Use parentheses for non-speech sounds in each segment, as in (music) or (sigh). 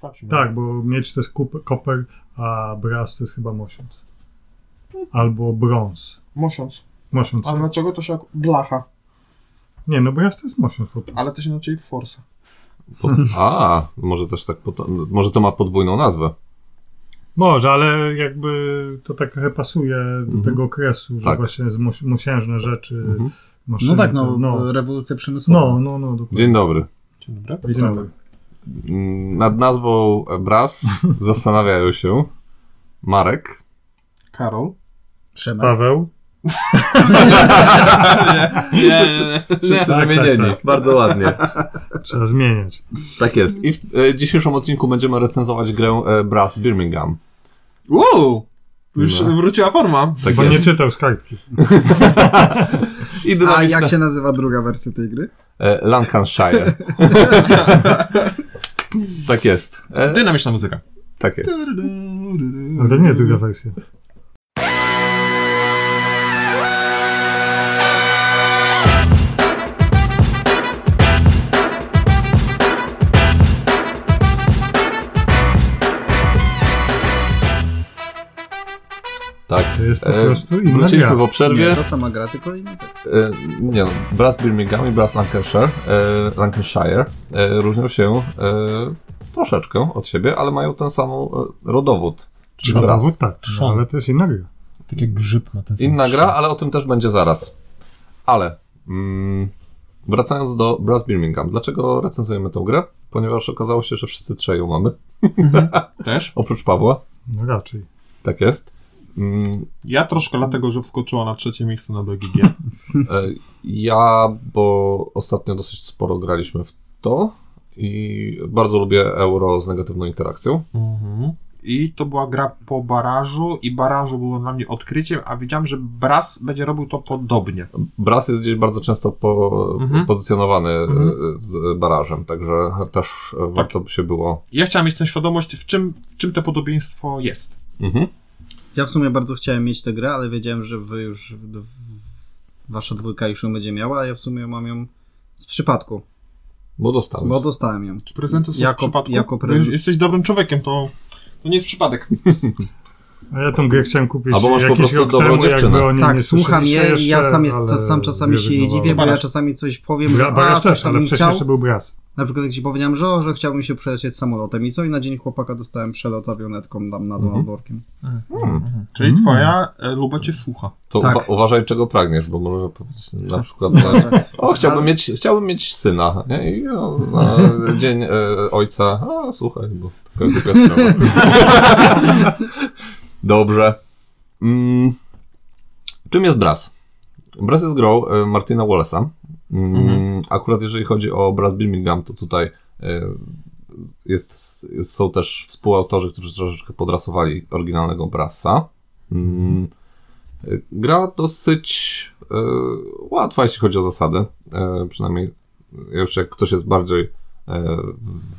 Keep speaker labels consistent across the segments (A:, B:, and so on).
A: patrz.
B: No.
C: Tak, bo miecz to jest kup, koper, a braz to jest chyba mosiąc. Albo brąz.
D: Mosiąc.
C: Mosiąc.
D: Ale dlaczego to się jak blacha?
C: Nie, no braz to jest mosiąc po prostu.
D: Ale też inaczej forsa.
B: Po, a, może też tak, po to, może to ma podwójną nazwę.
C: Może, ale jakby to tak trochę pasuje do
B: Mhm.
C: tego okresu, że
B: Tak.
C: właśnie z mus- musiężne rzeczy,
B: Mhm.
C: maszyny.
A: No tak, no,
B: e,
C: no.
A: rewolucja przemysłowa.
C: No, no, no, dokładnie.
B: Dzień dobry.
D: Dzień dobry.
C: Witamy.
B: tak. Mm, Nad nazwą Bras (laughs) zastanawiają się Marek,
D: Karol.
A: Przemek.
C: Paweł.
B: Nie, nie, nie.
C: Wszyscy wymienieni.
B: Bardzo ładnie.
C: Tak, Trzeba zmieniać.
B: Tak jest. I w e, dzisiejszym odcinku będziemy recenzować grę e, Brass Birmingham.
D: Wow! Już
B: No.
D: wróciła forma.
B: Tak
C: Bo nie
B: jest.
C: czytał z kartki.
B: I
A: A
B: dynamiczne
A: jak się nazywa druga wersja tej gry?
B: e,
D: (laughs)
B: Lancashire. tak jest. E,
D: Dynamiczna muzyka.
B: tak jest.
C: Ale to nie jest druga wersja.
B: Tak.
C: To jest po
B: E,
C: prostu inna
B: Wróciliśmy
C: gra.
B: po przerwie.
A: Nie, to sama gra, tylko inny tekst.
B: E, nie no, Brass Birmingham i Brass Lancashire, e, Lancashire e, różnią się e, troszeczkę od siebie, ale mają ten sam e, rodowód. czyli
C: No,
B: Brass.
C: no, tak, no, ale to jest inna gra.
E: Tak jak grzyb ma ten sam
B: Inna
E: krzyk.
B: gra, ale o tym też będzie zaraz. Ale mm, wracając do Brass Birmingham, dlaczego recenzujemy tą grę? Ponieważ okazało się, że wszyscy trzej ją mamy, (laughs)
D: Też.
B: oprócz Pawła.
C: No raczej.
B: Tak jest. Mm,
D: Ja troszkę dlatego, że wskoczyła na trzecie miejsce na BGG.
B: e, ja, bo ostatnio dosyć sporo graliśmy w to i bardzo lubię euro z negatywną interakcją.
D: Mhm. I to była gra po barażu i barażu było dla mnie odkryciem, a wiedziałem, że Bras będzie robił to podobnie.
B: Brass jest gdzieś bardzo często po,
D: Mhm.
B: pozycjonowany e,
D: Mhm.
B: z barażem, także też e, warto by się było.
D: Ja chciałem mieć tę świadomość, w czym, w czym to podobieństwo jest.
B: Mhm.
A: Ja w sumie bardzo chciałem mieć tę grę, ale wiedziałem, że wy już, w- w- wasza dwójka już ją będzie miała, a ja w sumie mam ją z przypadku,
B: Bo dostałem.
A: bo dostałem ją.
D: Czy prezenty są
A: Jako-
D: z przypadku?
A: jako
D: Bo
A: prezent.
D: Jesteś dobrym człowiekiem, to, to nie jest przypadek.
C: A ja tą grę chciałem kupić
B: Albo masz po
C: jakiś
B: prostu
C: rok
B: dobrą
C: temu,
B: dziewczynę.
C: jakby o niej nie
A: Tak, słucham
C: słyszeliście
A: jej i ja
C: jeszcze,
A: sam, jest,
C: ale
A: sam czasami się jej dziwię, bo
C: zrezygnowałem.
A: ja czasami coś powiem, że
C: Bra,
A: a,
C: baraż
A: coś
C: też,
A: tam
C: ale
A: bym
C: wcześniej
A: chciał.
C: jeszcze był Braz.
A: Na przykład jak ci powiedziałem, że, o, że chciałbym się przelecieć samolotem i co? I na dzień chłopaka dostałem przelot awionetką tam nad
B: Mhm.
A: Malborkiem.
B: Hmm.
D: Czyli
C: Mm.
D: twoja e, luba cię słucha.
B: To
A: Tak.
B: uwa- uważaj, czego pragniesz, bo może powiedzieć na przykład,
A: (laughs)
B: że, o, chciałbym, mieć, chciałbym mieć syna. Nie? I no, na dzień e, ojca, a słuchaj, bo taka głupia sprawa. Dobrze. Mm, czym jest Brass? Brass jest grą e, Martina Wallace'a. Mm, Akurat jeżeli chodzi o Brass Birmingham, to tutaj e, jest, jest, są też współautorzy, którzy troszeczkę podrasowali oryginalnego Brassa. Mm, Gra dosyć e, łatwa, jeśli chodzi o zasady. E, przynajmniej już jak ktoś jest bardziej e,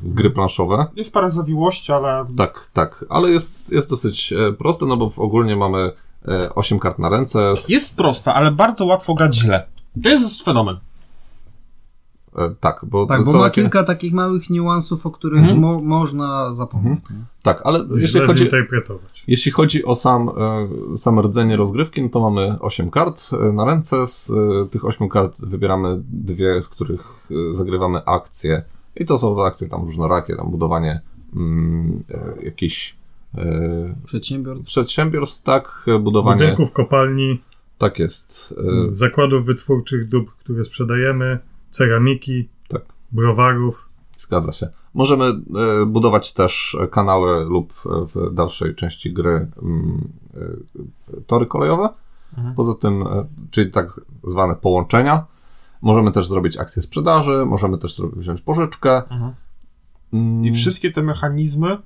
B: w gry planszowe.
D: Jest parę zawiłości, ale
B: Tak, tak, ale jest, jest dosyć e, proste, no bo w ogólnie mamy e, 8 kart na ręce. Z,
D: jest prosta, ale bardzo łatwo grać źle. To jest fenomen.
B: e, tak, bo,
A: Tak, bo
B: są
A: ma
B: takie-
A: kilka takich małych niuansów, o których
D: Mhm.
A: mo- można zapomnieć.
B: Tak, ale jeśli
C: Źle
B: chodzi,
C: zinterpretować.
B: Jeśli chodzi o sam, e, sam rdzenie rozgrywki, no to mamy 8 kart e, na ręce. Z e, tych 8 kart wybieramy dwie, w których e, zagrywamy akcje. I to są akcje tam różnorakie, tam budowanie mm, e, jakichś e,
A: Przedsiębiorstw.
B: przedsiębiorstw, tak, e, budowanie.
C: Budynków, kopalni,
B: Tak jest.
C: Hmm.
B: E,
C: zakładów wytwórczych, dóbr, które sprzedajemy, ceramiki,
B: Tak.
C: browarów.
B: Zgadza się. Możemy e, budować też e, kanały lub e, w dalszej części gry mm, e, tory kolejowe.
D: Mhm.
B: Poza tym, e, czyli tak zwane połączenia. Możemy też zrobić akcję sprzedaży, możemy też zro- wziąć pożyczkę.
D: Mhm.
B: Mm,
D: I wszystkie te mechanizmy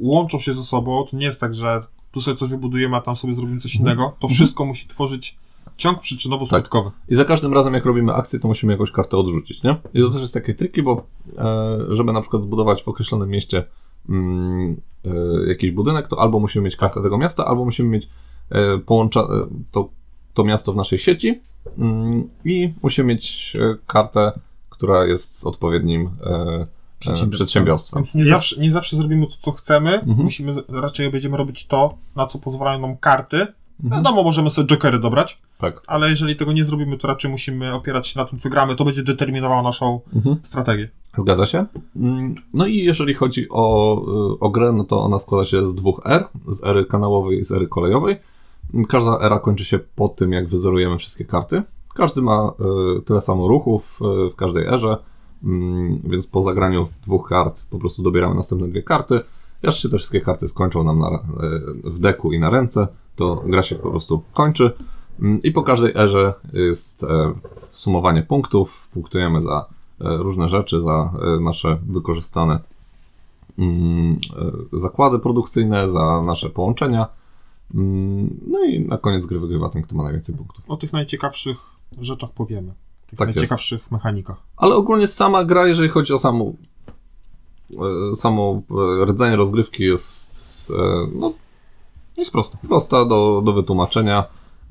D: łączą się ze sobą. To nie jest tak, że tu sobie coś wybudujemy, a tam sobie zrobimy coś
B: Mhm.
D: innego. To wszystko musi tworzyć ciąg przyczynowo-skutkowy.
B: I za każdym razem, jak robimy akcję, to musimy jakąś kartę odrzucić, nie? I to też jest takie triki, bo e, żeby na przykład zbudować w określonym mieście mm, e, jakiś budynek, to albo musimy mieć kartę tego miasta, albo musimy mieć e, połącza, e, to, to miasto w naszej sieci mm, i musimy mieć e, kartę, która jest z odpowiednim e, e, przedsiębiorstwa.
D: Więc nie,
C: Ja-
D: zawsze, nie zawsze zrobimy to, co chcemy.
B: Mhm.
D: Musimy, raczej będziemy robić to, na co pozwalają nam karty.
B: Mhm.
D: Wiadomo, możemy sobie jokery dobrać,
B: Tak.
D: ale jeżeli tego nie zrobimy, to raczej musimy opierać się na tym, co gramy. To będzie determinowało naszą
B: Mhm.
D: strategię.
B: Zgadza się. Mm, No i jeżeli chodzi o, y, o grę, no to ona składa się z dwóch R, z ery kanałowej i z ery kolejowej. Mm, Każda era kończy się po tym, jak wyzerujemy wszystkie karty. Każdy ma y, tyle samo ruchów y, w każdej erze, mm, więc po zagraniu dwóch kart po prostu dobieramy następne dwie karty. Aż się te wszystkie karty skończą nam na, ra- y, w deku i na ręce, to gra się po prostu kończy. Mm, I po każdej erze jest e, sumowanie punktów. Punktujemy za e, różne rzeczy, za e, nasze wykorzystane mm, e, zakłady produkcyjne, za nasze połączenia. Mm, No i na koniec gry wygrywa ten, kto ma najwięcej punktów.
D: O tych najciekawszych rzeczach powiemy. Tych
B: Tak jest.
D: najciekawszych mechanikach.
B: Ale ogólnie sama gra, jeżeli chodzi o samą, e, samo e, rdzenie rozgrywki jest e, no,
D: Jest prosto.
B: prosta do, do wytłumaczenia,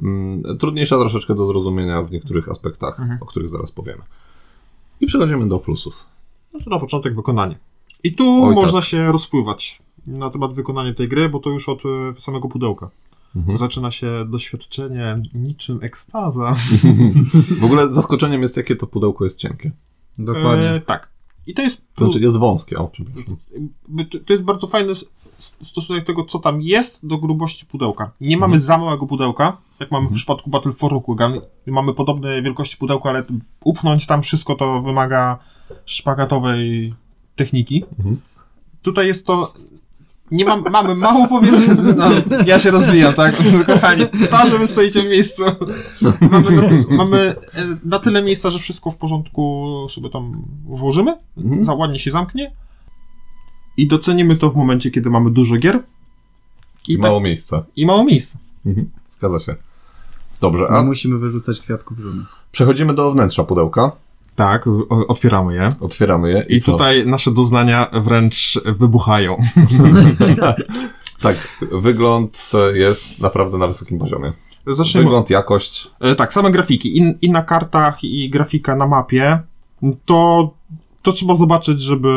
B: mm, trudniejsza troszeczkę do zrozumienia w niektórych aspektach,
D: Mhm.
B: o których zaraz powiemy. I przechodzimy do plusów.
D: No to na początek wykonanie. I tu
B: Oj, tak.
D: można się rozpływać na temat wykonania tej gry, bo to już od e, samego pudełka.
B: Mhm.
D: Zaczyna się doświadczenie niczym ekstaza.
B: W ogóle zaskoczeniem jest, jakie to pudełko jest cienkie.
A: Dokładnie.
D: E, tak. I to jest,
B: Znaczy jest wąskie, o przepraszam.
D: by- to- to jest bardzo fajny s- s- stosunek tego, co tam jest do grubości pudełka. Nie mamy za małego pudełka, jak mamy w przypadku Battle for Rokugan. Mamy podobne wielkości pudełka, ale upchnąć tam wszystko to wymaga szpagatowej techniki.
B: Mhm.
D: Tutaj jest to... Nie mam, mamy mało powietrza. (laughs) No, ja się rozwijam, tak? (laughs) Kochani, No. to, że wy stoicie w miejscu. Mamy na, ty- mamy e, na tyle miejsca, że wszystko w porządku sobie tam włożymy
B: Mhm.
D: za ładnie się zamknie. I docenimy to w momencie, kiedy mamy dużo gier
B: I
D: i, tak-
B: mało miejsca.
D: i mało miejsca.
B: Mhm. Zgadza się. Dobrze,
A: Nie
B: a
D: No
A: musimy wyrzucać kwiatków żony.
B: przechodzimy do wnętrza pudełka.
D: Tak, o- otwieramy je.
B: Otwieramy je i,
D: I,
B: co?
D: tutaj nasze doznania wręcz wybuchają.
B: (laughs) Tak, wygląd e, jest naprawdę na wysokim poziomie.
D: Zacznijmy.
B: Wygląd, jakość.
D: E, Tak, same grafiki. I, I na kartach, i grafika na mapie. To, to trzeba zobaczyć, żeby,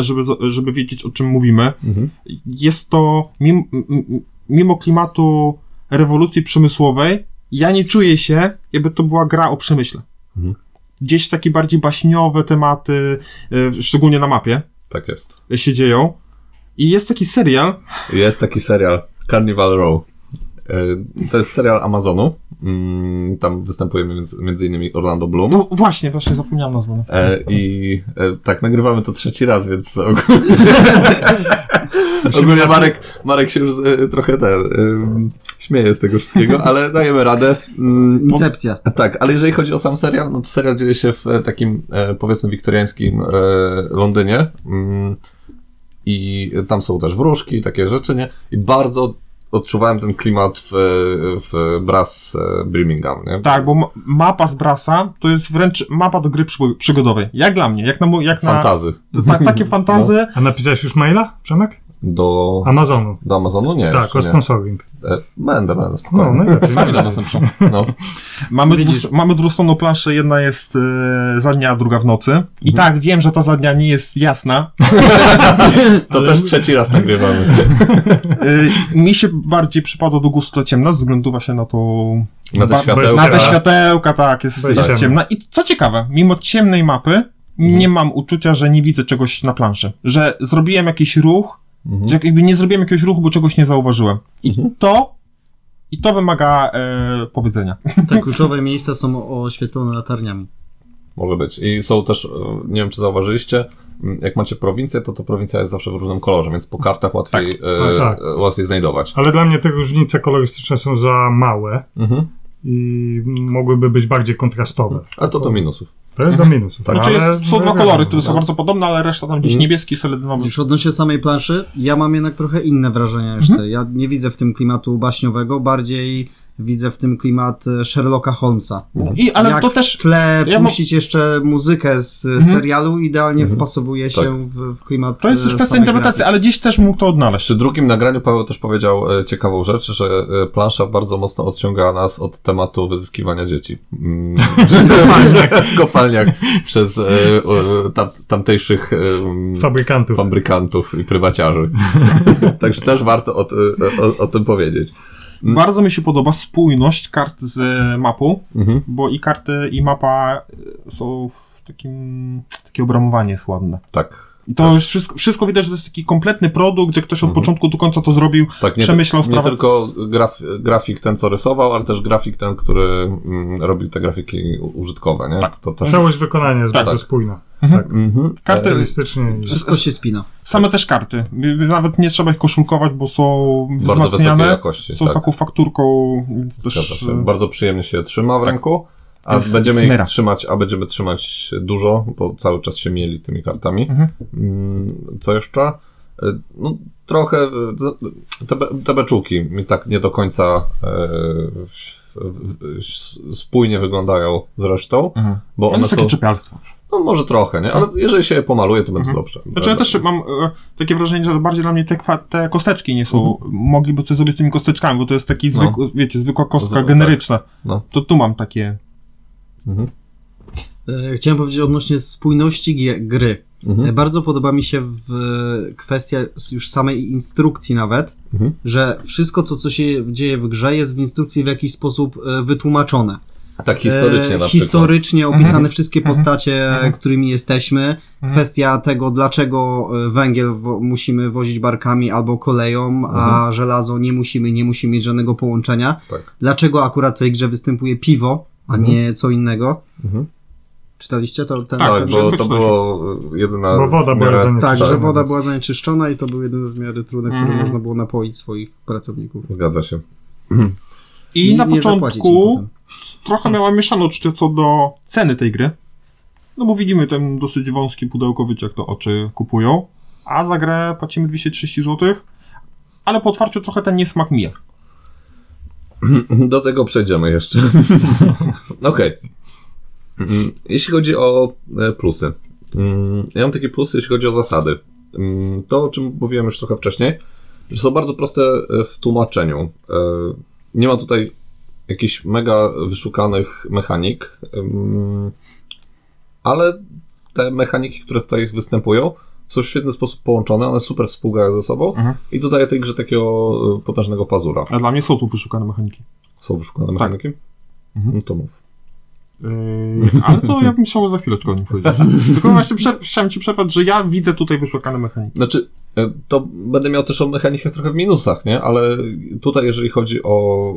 D: żeby, żeby wiedzieć, o czym mówimy.
B: Mhm.
D: jest to mimo, m- m- mimo klimatu rewolucji przemysłowej, ja nie czuję się, jakby to była gra o przemyśle.
B: Mhm.
D: Gdzieś takie bardziej baśniowe tematy, y, szczególnie na mapie,
B: Tak jest.
D: y, się dzieją. I jest taki serial,
B: Jest taki serial Carnival Row. E, To jest serial Amazonu. Mm, Tam występuje między, między innymi Orlando Bloom.
D: no właśnie, właśnie zapomniałem nazwę.
B: E, I e, tak, nagrywamy to trzeci raz, więc (laughs) ogólnie, ogólnie Marek, Marek się już e, trochę ten, e, śmieje z tego wszystkiego, ale dajemy radę. Mm, po-
A: Incepcja.
D: (laughs)
B: tak, ale jeżeli chodzi o sam serial, no to serial dzieje się w e, takim, e, powiedzmy, wiktoriańskim e, Londynie. Mm, I tam są też wróżki, takie rzeczy, nie? I bardzo odczuwałem ten klimat w, w Brass e, Birmingham, nie?
D: Tak, bo ma- mapa z Brasa to jest wręcz mapa do gry przy- przygodowej. Jak dla mnie, jak na... mo- Jak na
B: Fantazy. No.
D: ta,
B: (laughs)
D: takie fantazy,
C: A napisałeś już maila, Przemek?
B: Do,
C: Amazonu.
B: do Amazonu? Nie.
C: tak,
B: jeszcze
C: o
B: nie. Tak.
C: sponsoring.
B: E, Będę, będę,
C: No,
B: spokojnie.
C: najlepiej.
D: Sami do
C: najlepiej.
D: nas napiszą.
B: No.
D: Mamy,
A: Widzisz.
D: dwustr- mamy dwustronną planszę, jedna jest e, za dnia, a druga w nocy.
B: Mhm.
D: I tak, wiem, że ta za dnia nie jest jasna.
B: To też trzeci raz nagrywamy.
D: (laughs) E, mi się bardziej przypada do gustu ta ciemna, ze względu właśnie na tą...
B: Na te
D: ba-
B: światełka.
D: Na te światełka, tak, jest,
C: Bez
D: jest
C: ciemna.
D: ciemna. I co ciekawe, mimo ciemnej
A: Mhm.
D: mapy, nie mam uczucia, że nie widzę czegoś na planszy. Że zrobiłem jakiś ruch,
B: Mhm.
D: że jakby nie zrobiłem jakiegoś ruchu, bo czegoś nie zauważyłem. I
A: Mhm.
D: to... I to wymaga e, powiedzenia.
A: Te kluczowe miejsca są oświetlone latarniami.
B: Może być. I są też, e, nie wiem czy zauważyliście, m, jak macie prowincję, to to prowincja jest zawsze w różnym kolorze, więc po kartach łatwiej, e,
C: tak.
B: e, łatwiej znajdować.
C: Ale dla mnie te różnice kolorystyczne są za małe
B: Mhm.
C: i mogłyby być bardziej kontrastowe.
B: A to do minusów.
C: To jest do minusów.
B: Tak.
D: Znaczy
C: ale-
D: jest, są dwa
C: wiadomo,
D: kolory, które są
C: tak.
D: bardzo podobne, ale reszta tam gdzieś
B: Mhm.
D: niebieski, seledynowy.
A: no. Już odnośnie samej planszy, ja mam jednak trochę inne wrażenia niż
D: Mhm.
A: ty. Ja nie widzę w tym klimatu baśniowego, bardziej widzę w tym klimat e, Sherlocka Holmesa.
D: I, ale
A: Jak
D: to też.
A: w tle
D: ja mam-
A: puścić jeszcze muzykę z e,
D: Mhm.
A: serialu idealnie
B: Mhm.
A: wpasowuje
B: Tak.
A: się w, w klimat
D: To jest już
A: e,
D: kwestia
A: samej
D: interpretacji, ale gdzieś też mógł to odnaleźć.
B: Przy drugim nagraniu Paweł też powiedział e, ciekawą rzecz, że e, plansza (laughs) bardzo mocno odciąga nas od tematu wyzyskiwania dzieci. Mm. w kopalniach. kopalniach przez e, o, tam, tamtejszych e,
C: Fabrykantów.
B: fabrykantów i
D: (laughs)
B: prywaciarzy. Także też warto o, t- o, o tym powiedzieć.
A: Mhm.
D: Bardzo mi się podoba spójność kart z e, mapą,
B: Mhm.
D: bo i karty, i mapa y, są w takim... Takie obramowanie jest ładne.
B: Tak.
D: I to już wszystko, wszystko widać, że to jest taki kompletny produkt, że ktoś od
B: Mhm.
D: początku do końca to zrobił.
B: Tak, nie,
D: Przemyślał
B: nie
D: sprawę.
B: tylko graf, grafik ten, co rysował, ale też grafik ten, który mm, robił te grafiki u- użytkowe, nie? Tak. To też...
C: Całość wykonania jest
D: Tak,
C: bardzo
B: tak.
C: spójna.
B: Mhm.
D: Karty,
C: Stylistycznie. i-
A: Wszystko się spina.
D: same też karty. Nawet nie trzeba ich koszulkować, bo są
B: Bardzo wysokiej
D: wzmacniane.
B: jakości.
D: Są z
B: tak.
D: taką fakturką, więc
B: Zgadza
D: też, e, tak.
B: się. Bardzo przyjemnie się trzyma w ręku, a
D: Jest
B: będziemy
D: smyra.
B: ich trzymać, a będziemy trzymać dużo, bo cały czas się mieli tymi kartami.
D: Mhm.
B: Mm, Co jeszcze? E, No, trochę e, z- te, be- te beczułki mi tak nie do końca e, w- w- s- spójnie wyglądają z resztą,
D: Mhm.
B: bo
D: Ale
B: one
D: jest takie
B: są,
D: czepialstwo.
B: no może trochę, nie? ale jeżeli się je pomaluje, to będzie
D: Mhm.
B: dobrze.
D: Znaczy ja też mam e, takie wrażenie, że bardziej dla mnie te, kwa- te kosteczki nie są, mogliby coś zrobić z tymi kosteczkami, bo to jest taki,
B: Mhm. No.
D: zwykły, wiecie, zwykła kostka
B: Z-
D: generyczna.
B: No.
D: To tu mam takie...
B: Mhm.
A: E, Chciałem powiedzieć odnośnie spójności gie- gry. E,
B: Mhm.
A: Bardzo podoba mi się w e, kwestia s- już samej instrukcji nawet,
B: Mhm.
A: że wszystko to, co się dzieje w grze jest w instrukcji w jakiś sposób e, wytłumaczone.
B: Tak historycznie
A: E,
B: na przykład.
A: Historycznie opisane
D: Mhm.
A: wszystkie
D: Mhm.
A: postacie, e,
D: Mhm.
A: którymi jesteśmy.
D: Mhm.
A: Kwestia tego, dlaczego e, węgiel wo musimy wozić barkami albo koleją, a żelazo nie musimy, nie musi mieć żadnego połączenia.
B: Mhm. Tak.
A: Dlaczego akurat w tej grze występuje piwo, a
B: Mhm.
A: nie co innego.
B: Mhm.
A: Czytaliście to?
D: Tak,
A: Ten, ten-
B: Tak, bo
D: wszystko
B: to
D: czytaliśmy.
B: było jedyna...
C: Bo woda
B: w
C: była
B: miarę-
C: zanieczyszczona.
A: Tak,
B: Tak,
A: że woda
B: więc-
A: była zanieczyszczona i to był jeden w miarę trudny, który
D: Mhm.
A: można było napoić swoich pracowników.
B: Zgadza się.
D: I na
A: zapłacić im
D: początku
A: potem.
D: trochę miałam mieszane uczucie co do ceny tej gry. No bo widzimy ten dosyć wąski pudełkowiec, jak to oczy kupują. A za grę płacimy 230 zł. Ale po otwarciu trochę ten niesmak mija.
B: (laughs) Do tego przejdziemy jeszcze. Okej. Mm, Jeśli chodzi o e, plusy. Mm, Ja mam takie plusy, jeśli chodzi o zasady. Mm, To, o czym mówiłem już trochę wcześniej, że są bardzo proste e, w tłumaczeniu. E, Nie ma tutaj jakichś mega wyszukanych mechanik, mm, ale te mechaniki, które tutaj występują, są w świetny sposób połączone, one super współgrają ze sobą
D: Mhm.
B: i dodaje tej grze takiego e, potężnego pazura.
D: A dla mnie są tu wyszukane mechaniki.
B: Są wyszukane
D: Tak.
B: mechaniki?
D: Mhm.
B: No to mów.
D: Yy, ale to ja bym chciał za chwileczkę o nim
A: (laughs)
D: powiedzieć. Tylko właśnie prze- chciałem ci przerwać, że ja widzę tutaj wyszukane mechaniki.
B: Znaczy, e, to będę miał też o mechanikach trochę w minusach, nie? Ale tutaj, jeżeli chodzi o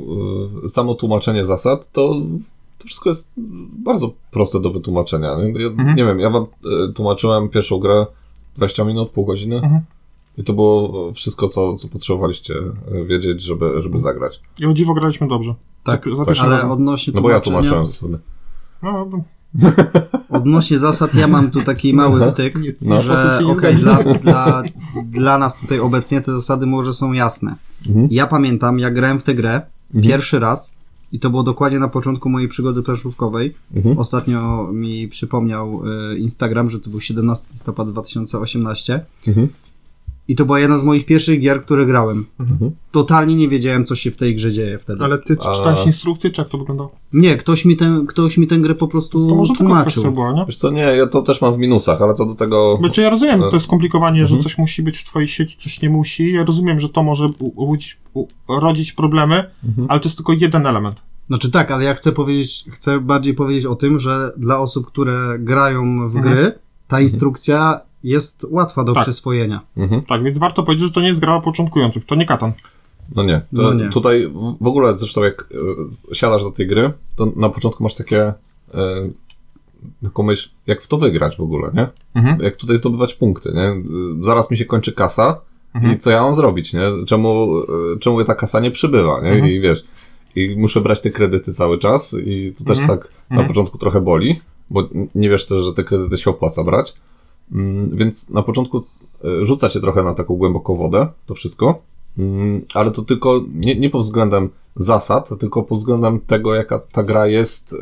B: y, samo tłumaczenie zasad, to to wszystko jest bardzo proste do wytłumaczenia. Nie, ja,
D: Mhm.
B: nie wiem, ja wam e, tłumaczyłem pierwszą grę 20 minut, pół godziny
D: Mhm.
B: i to było wszystko, co, co potrzebowaliście e, wiedzieć, żeby, żeby zagrać.
D: I o dziwo graliśmy dobrze.
A: Tak,
D: za pierwszym
A: Ale
D: razem.
A: odnośnie
B: No bo ja
A: tłumaczenia-
B: tłumaczyłem zasady.
D: No, no,
A: Odnośnie zasad, ja mam tu taki mały wtyk,
B: No.
A: że okej, dla, dla, dla nas tutaj obecnie te zasady może są jasne.
B: Mhm.
A: Ja pamiętam, ja grałem w tę grę
B: Mhm.
A: pierwszy raz i to było dokładnie na początku mojej przygody planszówkowej.
B: Mhm.
A: Ostatnio mi przypomniał e, Instagram, że to był 17 listopada 2018
B: Mhm.
A: i to była jedna z moich pierwszych gier, które grałem.
B: Mhm.
A: Totalnie nie wiedziałem, co się w tej grze dzieje wtedy.
D: ale ty
B: A-
D: czytałeś instrukcję, czy jak to wyglądało?
A: Nie, ktoś mi, ten, ktoś mi tę grę po prostu
D: To może tylko
A: tłumaczył.
D: kwestia była, nie?
B: Wiesz co, nie, ja to też mam w minusach, ale to do tego...
D: Znaczy ja rozumiem, to jest skomplikowanie,
B: Mhm.
D: że coś musi być w twojej sieci, coś nie musi. Ja rozumiem, że to może u- budzić, u- rodzić problemy,
B: Mhm.
D: ale to jest tylko jeden element.
A: Znaczy tak, ale ja chcę powiedzieć, chcę bardziej powiedzieć o tym, że dla osób, które grają w
D: Mhm.
A: gry, ta instrukcja jest łatwa do
D: Tak.
A: przyswojenia.
B: Mhm.
D: Tak, więc warto powiedzieć, że to nie jest gra początkujących, to nie katan.
B: No nie. To
A: No nie.
B: Tutaj w- w ogóle zresztą jak e, z- siadasz do tej gry, to na początku masz takie e, taką myśl, jak w to wygrać w ogóle, nie?
D: Mhm.
B: Jak tutaj zdobywać punkty, nie? Y, Zaraz mi się kończy kasa
D: Mhm.
B: i co ja mam zrobić, nie? Czemu, e, czemu ta kasa nie przybywa, nie?
D: Mhm.
B: I wiesz, i muszę brać te kredyty cały czas i to też
D: Mhm.
B: tak na
D: Mhm.
B: początku trochę boli, bo n- nie wiesz też, że te kredyty się opłaca brać. Mm, Więc na początku e, rzuca cię trochę na taką głęboką wodę, to wszystko, Mm, ale to tylko nie, nie pod względem zasad, tylko pod względem tego, jaka ta gra jest e,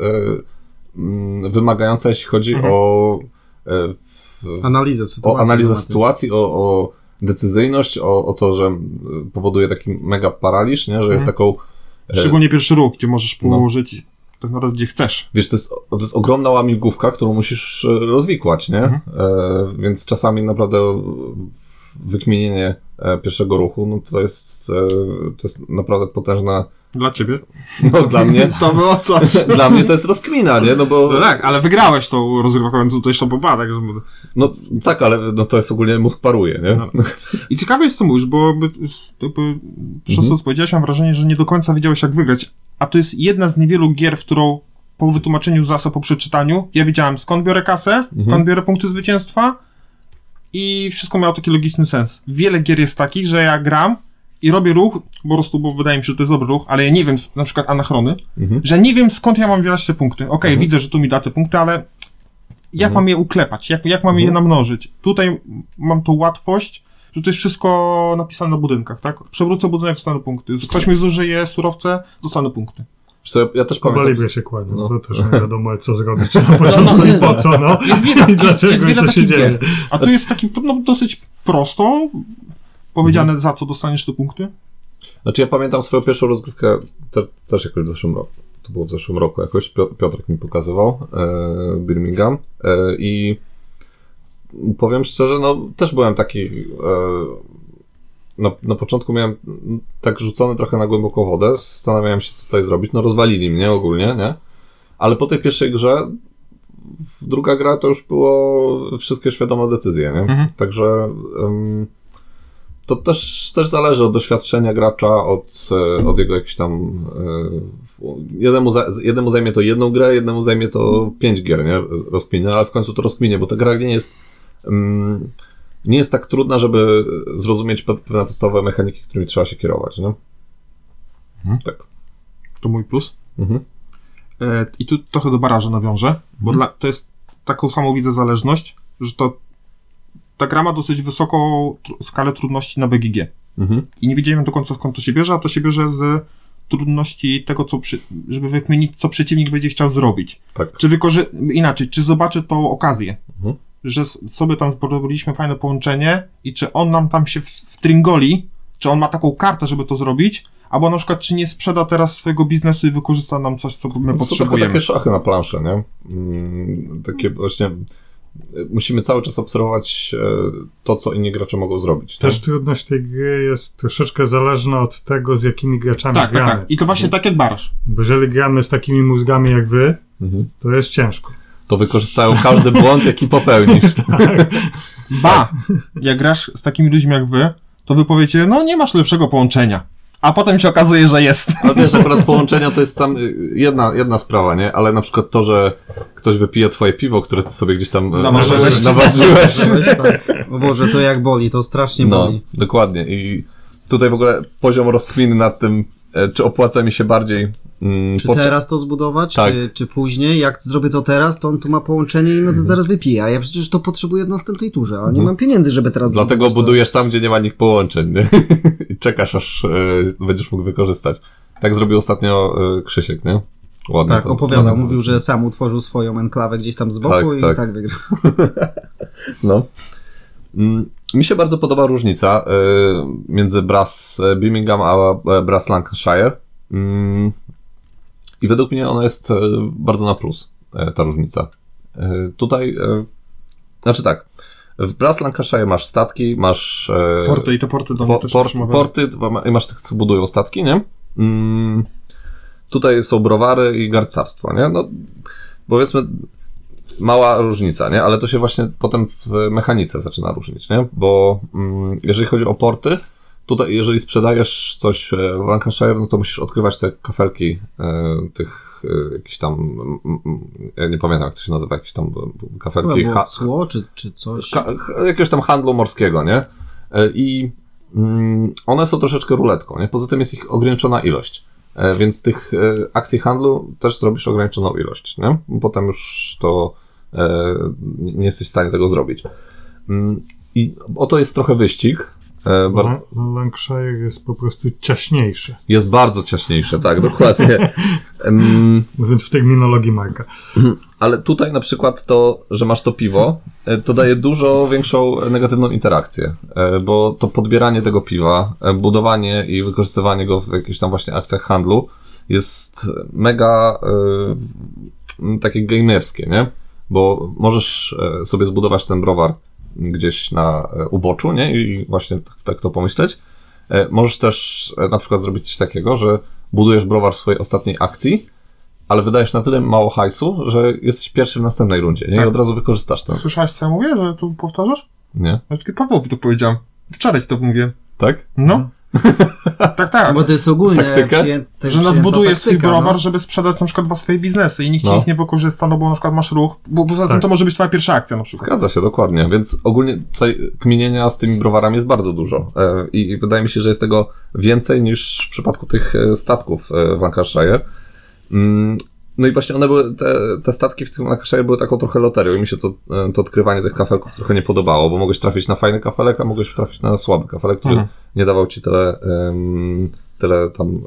B: mm, wymagająca, jeśli chodzi
D: Mhm.
B: o, e, w-
A: Analizę
B: o
A: sytuacji.
B: analizę
A: nawet.
B: sytuacji, o, o decyzyjność, o, o to, że m, powoduje taki mega paraliż, nie? że jest
D: Mhm.
B: taką. e,
D: Szczególnie pierwszy ruch, gdzie możesz
B: No.
D: położyć tak naprawdę gdzie chcesz.
B: Wiesz, to jest, to jest ogromna łamigłówka, którą musisz e, rozwikłać, nie?
D: Mhm.
B: E, więc czasami naprawdę e, wykminienie e, pierwszego ruchu, no to jest, e, to jest naprawdę potężna,
D: Dla ciebie.
B: no
D: (laughs)
B: dla mnie,
D: To było coś.
B: dla mnie to jest rozkmina, nie? No bo,
D: No tak, ale wygrałeś tą rozgrywkę, więc tutaj szaboba, tak, że
B: no tak, ale no to jest ogólnie mózg paruje, nie?
D: No. I ciekawe jest, co mówisz, bo jakby, s- jakby przez to, co powiedziałeś, mam wrażenie, że nie do końca wiedziałeś, jak wygrać. A to jest jedna z niewielu gier, w którą po wytłumaczeniu zasad, po przeczytaniu, ja wiedziałem, skąd biorę kasę, skąd biorę punkty zwycięstwa i wszystko miało taki logiczny sens. Wiele gier jest takich, że ja gram i robię ruch, po prostu, bo wydaje mi się, że to jest dobry ruch, ale ja nie wiem, s- na przykład anachrony,
B: Mhm.
D: że nie wiem, skąd ja mam wziąć te punkty. Okej, widzę, że tu mi da te punkty, ale jak mam je uklepać, jak, jak mam je namnożyć. Tutaj mam tą łatwość, że to jest wszystko napisane na budynkach, tak? Przewrócę budynek, dostanę punkty. Ktoś mi zużyje surowce, dostanę punkty.
B: Wiesz co, ja- ja też pamiętam,
C: Kobalibre się kłania,
B: No.
C: to też nie wiadomo co zrobić na początku i po co, no. I
D: (laughs) No,
C: dlaczego
D: jest
C: i
D: wiele
C: co się
D: takich
C: dzieje.
D: gier. Tak. A tu jest taki no, dosyć prosto powiedziane, za co dostaniesz te punkty.
B: Znaczy ja pamiętam swoją pierwszą rozgrywkę te, też jakoś w zeszłym roku. To było w zeszłym roku jakoś. Pio- Piotrek mi pokazywał e, Birmingham e, i powiem szczerze, no też byłem taki. E, na, na początku miałem mm, tak rzucony trochę na głęboką wodę. Zastanawiałem się, co tutaj zrobić. No rozwalili mnie ogólnie, nie? Ale po tej pierwszej grze w- druga gra to już było wszystkie świadome decyzje, nie?
D: Mhm.
B: Także. em, to też, też zależy od doświadczenia gracza, od, e, od jego jakichś tam. e, Jednemu, za, jednemu zajmie to jedną grę, jednemu zajmie to pięć gier, nie? Rozkminie, ale w końcu to rozkminie, bo ta gra nie jest. mm, Nie jest tak trudna, żeby zrozumieć pe- pewne podstawowe mechaniki, którymi trzeba się kierować, nie? Tak.
D: To mój plus.
B: Mhm.
D: E, I tu trochę do baraża nawiążę, bo dla, to jest taką samą widzę zależność, że to ta gra ma dosyć wysoką tr- skalę trudności na BGG.
B: Mhm.
D: I nie wiedziałem do końca skąd to się bierze, a to się bierze z trudności tego, co przy, żeby wykminić, co przeciwnik będzie chciał zrobić.
B: Tak.
D: Czy wykorzy- inaczej, czy zobaczy tą okazję,
B: Mhm.
D: że s- sobie tam zrobiliśmy fajne połączenie i czy on nam tam się w- wtryngoli, czy on ma taką kartę, żeby to zrobić, albo na przykład, czy nie sprzeda teraz swojego biznesu i wykorzysta nam coś, co my
B: To są trochę
D: potrzebujemy.
B: takie szachy na planszę, nie? Mm, Takie właśnie. y, Musimy cały czas obserwować e, to, co inni gracze mogą zrobić. nie?
C: Też trudność tej gry jest troszeczkę zależna od tego, z jakimi graczami
D: Tak, tak,
C: gramy.
D: tak. I to właśnie tak jak baraż.
C: Bo jeżeli gramy z takimi mózgami jak wy,
B: Mhm.
C: to jest ciężko.
B: to wykorzystają każdy błąd, jaki popełnisz.
D: Ba! Jak grasz z takimi ludźmi jak wy, to wy powiecie, no nie masz lepszego połączenia. A potem się okazuje, że jest.
B: Ale wiesz, akurat połączenia to jest tam y, jedna, jedna sprawa, nie? Ale na przykład to, że ktoś wypije twoje piwo, które ty sobie gdzieś tam e,
D: Namarzyłeś.
A: (laughs)
B: namarzyłeś.
A: Weź tak. O Boże, to jak boli, to strasznie
B: No,
A: boli.
B: dokładnie. I tutaj w ogóle poziom rozkminy nad tym, e, czy opłaca mi się bardziej... Mm,
A: Czy
B: podczas-
A: teraz to zbudować,
B: Tak.
A: czy, czy później? Jak zrobię to teraz, to on tu ma połączenie i no to
B: Mhm.
A: zaraz wypije. A ja przecież to potrzebuję w następnej turze, a nie mam pieniędzy, żeby teraz
B: Dlatego
A: zbudować to.
B: budujesz tam, gdzie nie ma nich połączeń, nie? (laughs) I czekasz, aż e, będziesz mógł wykorzystać. Tak zrobił ostatnio e, Krzysiek, nie? Ładnie
A: Tak,
B: to-
A: opowiadał.
B: to-
A: Mówił, że sam utworzył swoją enklawę gdzieś tam z boku
B: Tak,
A: i
B: tak.
A: tak, wygrał.
B: No. Mm, Mi się bardzo podoba różnica y, między Brass e, Birmingham a e, Brass Lancashire. Mm, I według mnie ona jest e, bardzo na plus, e, ta różnica. E, Tutaj, e, znaczy tak, w Brass Lancashire masz statki, masz e,
D: Porty i te porty do mnie
B: po,
D: też
B: port,
D: otrzymywałem.
B: porty, dwa- ma- masz tych, co budują statki, nie? Mm, tutaj są browary i garcarstwo, nie? No, powiedzmy, mała różnica, nie? Ale to się właśnie potem w mechanice zaczyna różnić, nie? Bo mm, jeżeli chodzi o porty, tutaj jeżeli sprzedajesz coś e, w Lancashire, no to musisz odkrywać te kafelki e, tych e, jakichś tam, mm, mm, ja nie pamiętam jak to się nazywa, jakieś tam e,
A: Chyba
B: kafelki
A: było
B: ha-
A: cło czy, czy coś.
B: ka- ch- jakiegoś tam handlu morskiego, nie? E, I mm, one są troszeczkę ruletką, nie? Poza tym jest ich ograniczona ilość. E, Więc tych e, akcji handlu też zrobisz ograniczoną ilość, nie? Potem już to e, nie nie jesteś w stanie tego zrobić. Mm, I oto jest trochę wyścig. e, Bar-
C: Lan- No, Lancashire jest po prostu ciaśniejszy.
B: Jest bardzo ciaśniejsze, tak, dokładnie. (laughs) Em,
C: Mówiąc w terminologii Marka.
B: Ale tutaj na przykład to, że masz to piwo, e, to daje dużo większą negatywną interakcję, e, bo to podbieranie tego piwa, e, budowanie i wykorzystywanie go w jakichś tam właśnie akcjach handlu jest mega e, takie gamerskie, nie? Bo możesz e, sobie zbudować ten browar gdzieś na e, uboczu, nie? I właśnie tak, tak to pomyśleć. E, Możesz też e, na przykład zrobić coś takiego, że budujesz browar w swojej ostatniej akcji, ale wydajesz na tyle mało hajsu, że jesteś pierwszy w następnej rundzie, nie? I
D: Tak.
B: od razu wykorzystasz ten,
D: Słyszałeś, co ja mówię, że tu powtarzasz?
B: nie?
D: Ja tylko Pawłowi to powiedziałem. Wczoraj ci to mówię.
B: Tak?
D: No. (laughs) tak, tak.
A: Bo to jest ogólnie
B: Taktykę?
A: przyjęta
D: że
A: przyjęta
D: nadbuduje swój
A: taktyka,
D: browar,
A: no.
D: żeby sprzedać na przykład dwa swoje biznesy i nikt
B: No.
D: ci ich nie wykorzysta, no bo na przykład masz ruch, bo poza tym
C: Tak.
D: to może być twoja pierwsza akcja na przykład.
B: Zgadza się, dokładnie. Więc ogólnie tutaj kminienia z tymi browarami jest bardzo dużo. E, I wydaje mi się, że jest tego więcej niż w przypadku tych e, statków e, w Lancashire. Mm, No i właśnie one były, te, te statki w tym Lancashire były taką trochę loterią i mi się to, e, to odkrywanie tych kafelków trochę nie podobało, bo mogłeś trafić na fajny kafelek, a mogłeś trafić na słaby kafelek, który
D: Mhm.
B: nie dawał ci tyle, em, tyle tam e,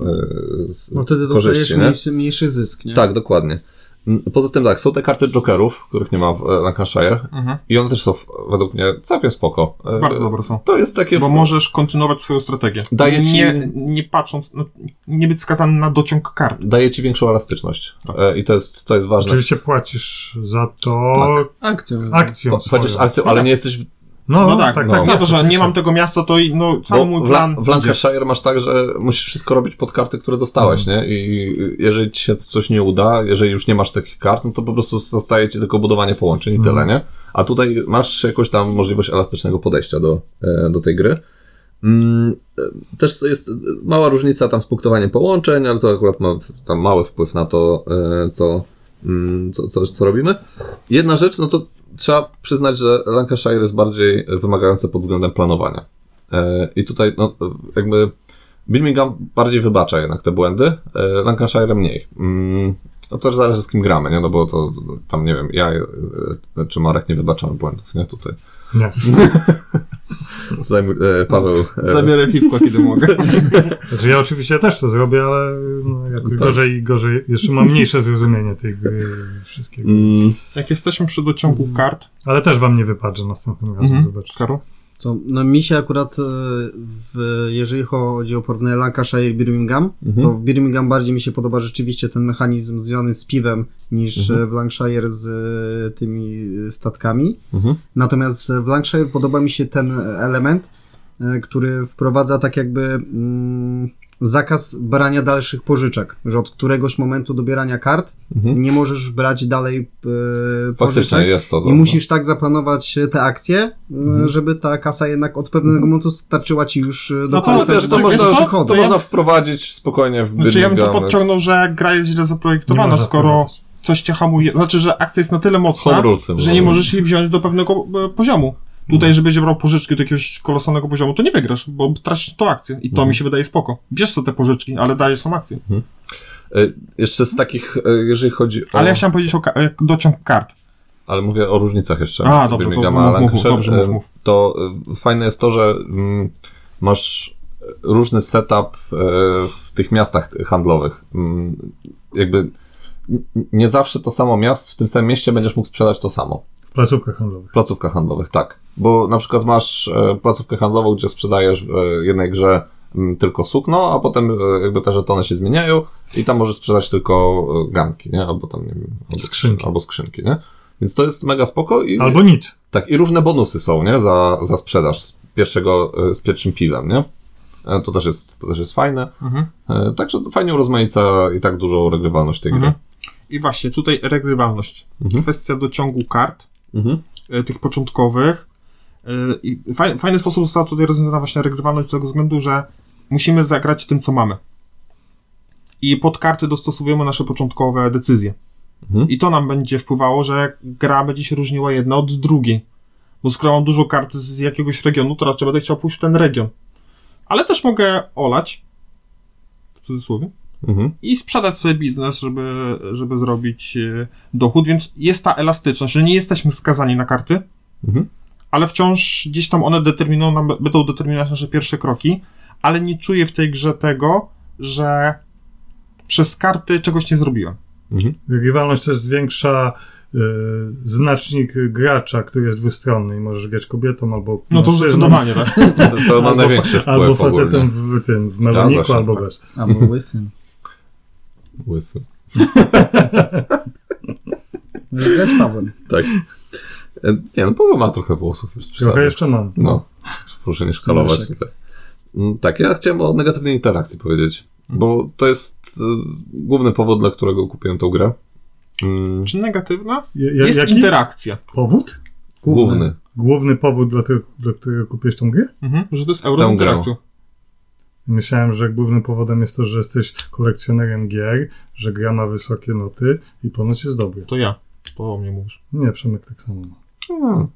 B: z-
A: Bo No wtedy
B: korzyści,
A: dostajesz
B: nie?
A: mniejszy, mniejszy zysk, nie?
B: Tak, dokładnie. Mm, Poza tym tak, są te karty Jokerów, których nie ma w e, Lancashire,
D: Mhm.
B: i one też są w- według mnie całkiem spoko. E,
D: Bardzo dobre są.
B: To jest takie.
D: Bo możesz kontynuować swoją strategię.
B: Daje ci-
D: Nie, nie patrząc, no, nie być skazany na dociąg kart.
B: Daje ci większą elastyczność.
D: Tak.
B: E, I to jest, to jest ważne.
C: Oczywiście płacisz za to
B: Tak.
A: Akcją.
C: akcją
B: Po- Chociaż
C: swoją.
B: akcją, ale nie jesteś. W,
C: No,
D: No tak,
C: tak,
B: no.
C: tak.
D: Nie to, że nie mam tego miasta, to i no, cały
B: bo
D: mój
B: w, La,
D: plan.
B: w Lancashire masz tak, że musisz wszystko robić pod karty, które dostałeś,
D: Mhm.
B: nie? I jeżeli ci się coś nie uda, jeżeli już nie masz takich kart, no to po prostu zostaje ci tylko budowanie połączeń i
C: Mhm.
B: tyle, nie? A tutaj masz jakąś tam możliwość elastycznego podejścia do, e, do tej gry. Mm, e, Też jest mała różnica tam z punktowaniem połączeń, ale to akurat ma tam mały wpływ na to, e, co, mm, co, co, co robimy. Jedna rzecz, no to trzeba przyznać, że Lancashire jest bardziej wymagające pod względem planowania. E, I tutaj no, jakby Birmingham bardziej wybacza jednak te błędy, e, Lancashire mniej. Mm, No też zależy z kim gramy, nie? No bo to tam nie wiem, ja e, czy Marek nie wybaczamy błędów, nie? Tutaj.
C: Nie.
B: Zajm, e, Paweł. e,
D: Zabierę piwko,
B: (laughs)
D: kiedy mogę.
C: Znaczy ja oczywiście też to zrobię, ale no, jakoś
B: Tak.
C: gorzej i gorzej. Jeszcze mam mniejsze zrozumienie tej gry i wszystkiego.
B: mm,
D: Jak jesteśmy przy dociągu kart,
C: Ale też wam nie wypatrzę następnym razem,
D: Mhm.
C: zobaczysz.
D: Karu,
A: Co, no mi się akurat, e, w, jeżeli chodzi o porównanie Lancashire i Birmingham,
B: mhm.
A: to w Birmingham bardziej mi się podoba rzeczywiście ten mechanizm związany z piwem niż
B: Mhm.
A: e, w Lancashire z e, tymi e, statkami.
B: Mhm.
A: Natomiast e, w Lancashire podoba mi się ten element, e, który wprowadza tak jakby mm, zakaz brania dalszych pożyczek, że od któregoś momentu dobierania kart
B: Mhm.
A: nie możesz brać dalej e,
B: Faktycznie
A: pożyczek.
B: jest to. no.
A: I
B: dobra.
A: musisz tak zaplanować te akcje, m,
B: Mhm.
A: żeby ta kasa jednak od pewnego momentu starczyła ci już e, do
D: Mhm. No to
A: końca
D: wiesz, to
A: do
D: można-
A: końca
D: to
A: przychodu.
B: To
D: ja-
B: można wprowadzić spokojnie w
D: Znaczy ja bym tu
B: Birmingham.
D: podciągnął, że gra jest źle
C: Nie
D: zaprojektowana,
C: można
D: skoro
C: wprowadzać.
D: coś cię hamuje. Znaczy, że akcja jest na tyle
B: Home
D: mocna,
B: rulesy
D: tak, że nie
B: możemy.
D: możesz jej wziąć do pewnego e, poziomu. Tutaj, żebyś brał pożyczki do jakiegoś kolosalnego poziomu, to nie wygrasz, bo tracisz tą akcję. I to
B: Mhm.
D: mi się wydaje spoko. Bierz sobie te pożyczki, ale dajesz tą akcję.
B: E, Jeszcze z takich, e, jeżeli chodzi o.
D: Ale ja chciałem powiedzieć o ka- e, dociąg kart.
B: Ale mówię o różnicach jeszcze.
D: A, dobrze, to
B: Birminghama,
D: mów, mów,
B: Lancashire.
D: dobrze, mów,
B: E,
D: mów.
B: To e, fajne jest to, że mm, masz różny setup e, w tych miastach handlowych. Mm, Jakby n- nie zawsze to samo miasto, w tym samym mieście będziesz mógł sprzedać to samo.
C: W placówkach handlowych.
B: W placówkach handlowych, tak. Bo na przykład masz e, placówkę handlową, gdzie sprzedajesz w e, jednej grze m, tylko sukno, a potem e, jakby te żetony się zmieniają i tam możesz sprzedać tylko e, ganki, nie? Albo tam, nie wiem, albo
C: Skrzynki.
B: Albo skrzynki, nie? Więc to jest mega spoko i,
C: Albo nic.
B: tak, i różne bonusy są, nie? Za, za sprzedaż z, pierwszego, e, z pierwszym piwem, nie? E, To też jest, to też jest fajne.
D: Mhm.
B: E, Także to fajnie urozmaica i tak dużą regrywalność tej gry.
D: Mhm. I właśnie, tutaj regrywalność.
B: Mhm.
D: Kwestia dociągu kart,
B: Mhm.
D: e, tych początkowych. E, I faj, fajny sposób została tutaj rozwiązana właśnie regrywalność z tego względu, że musimy zagrać tym, co mamy. I pod karty dostosowujemy nasze początkowe decyzje.
B: Mhm.
D: I to nam będzie wpływało, że gra będzie się różniła jedna od drugiej. Bo skoro mam dużo kart z jakiegoś regionu, to raczej będę chciał pójść w ten region. Ale też mogę olać, w cudzysłowie,
B: Mhm.
D: i sprzedać sobie biznes, żeby, żeby zrobić e, dochód, więc jest ta elastyczność, że nie jesteśmy skazani na karty,
B: Mhm.
D: ale wciąż gdzieś tam one determinują nam, będą determinować nasze pierwsze kroki, ale nie czuję w tej grze tego, że przez karty czegoś nie zrobiłem.
B: Mhm.
C: Rywalność też zwiększa y, znacznik gracza, który jest dwustronny i możesz grać kobietą albo
D: No to
C: mężczyzną,
D: zdecydowanie, tak?
B: (laughs) To, to ma
C: Albo-
B: największy wpływ
C: Albo
B: ogólnie.
C: facetem w tym, w
B: Zgadza tak.
C: meloniku,
B: się,
C: albo
B: tak.
C: bez.
A: Albo łysym.
B: Łysy.
A: Możesz grać Pawłem.
B: Tak. E, Nie, no Paweł ma trochę włosów. już
C: Trochę
B: przesadzę.
C: jeszcze mam.
B: No, proszę nie szkalować.
A: Zbyszek.
B: Tak. Mm, tak, ja chciałem o negatywnej interakcji powiedzieć, bo to jest e, główny powód, dla którego kupiłem tą grę. Mm,
D: Czy negatywna?
C: Je, je,
D: Jest
C: jaki
D: interakcja.
C: powód?
B: główny.
C: Główny powód, dla, tego, dla którego kupiłeś tą grę?
D: Mhm. Że to jest euro
B: Tą
D: z interakcją.
C: Myślałem, że głównym powodem jest to, że jesteś kolekcjonerem gier, że gra ma wysokie noty i ponoć jest dobry.
D: To ja. To o mnie mówisz.
C: Nie, Przemek tak samo. ma.
B: Mm.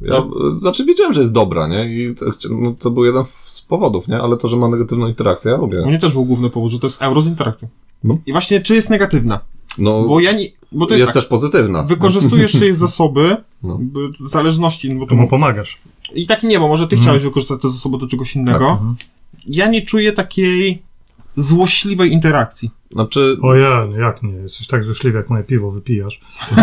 B: Ja, e, znaczy wiedziałem, że jest dobra, nie? I to, chcia- no, to był jeden z powodów, nie? Ale to, że ma negatywną interakcję, ja
D: U
B: lubię.
D: mnie też był główny powód, że to jest euro z interakcją.
B: Tak. No.
D: I właśnie, czy jest negatywna?
B: No,
D: Bo ja nie... Bo to
B: jest,
D: jest, tak.
B: też pozytywna.
D: Wykorzystujesz
B: (laughs)
D: jej zasoby,
B: No.
D: by- w zależności, no bo to
C: To mu pomagasz.
D: I tak i nie, bo może ty
C: Mhm.
D: chciałeś wykorzystać te zasoby do czegoś innego.
B: Tak.
C: Mhm.
D: Ja nie czuję takiej złośliwej interakcji.
B: Znaczy,
C: O ja, no jak nie, jesteś tak złośliwy, jak moje piwo wypijasz.
B: (laughs)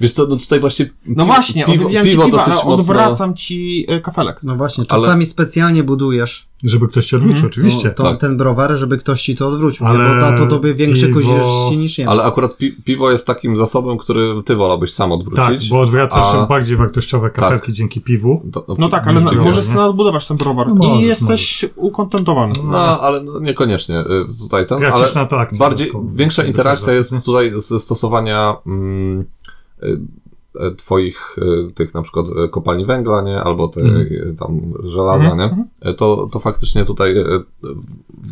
B: wiesz co, no tutaj właśnie...
D: No właśnie,
B: piwo,
D: odbijam
B: piwo
D: ci piwa,
B: dosyć
D: ale
B: mocno...
D: odwracam ci e, kafelek.
A: No właśnie, czasami specjalnie budujesz
C: Żeby ktoś cię odwrócił,
D: Mhm.
C: oczywiście.
A: to,
B: tak.
A: ten browar, żeby ktoś ci to odwrócił,
C: Ale
A: bo da to tobie większe
C: piwo-
A: koździerzyści niż ja.
B: Ale akurat pi piwo jest takim zasobem, który ty wolałbyś sam
C: tak,
B: odwrócić.
C: bo odwracasz
B: a-
C: bardziej wartościowe kafelki dzięki piwu.
B: To-
D: No tak, ale
C: Możesz
D: na,
C: tego-
D: możesz sobie odbudować ten browar
C: No
D: i
C: możesz,
D: jesteś ukontentowany.
B: No, ale no, niekoniecznie y, tutaj ten, ale
C: Tracisz na to akcję.
B: bardziej,
C: dodatkową.
B: większa
C: Żeby
B: interakcja
C: też
B: jest
C: zasad-
B: tutaj ze stosowania mm, y, y, twoich y, tych na przykład y, kopalni węgla, nie, albo tej y, tam żelaza,
D: Mhm, mhm.
B: nie, Y, to, to faktycznie tutaj y, y,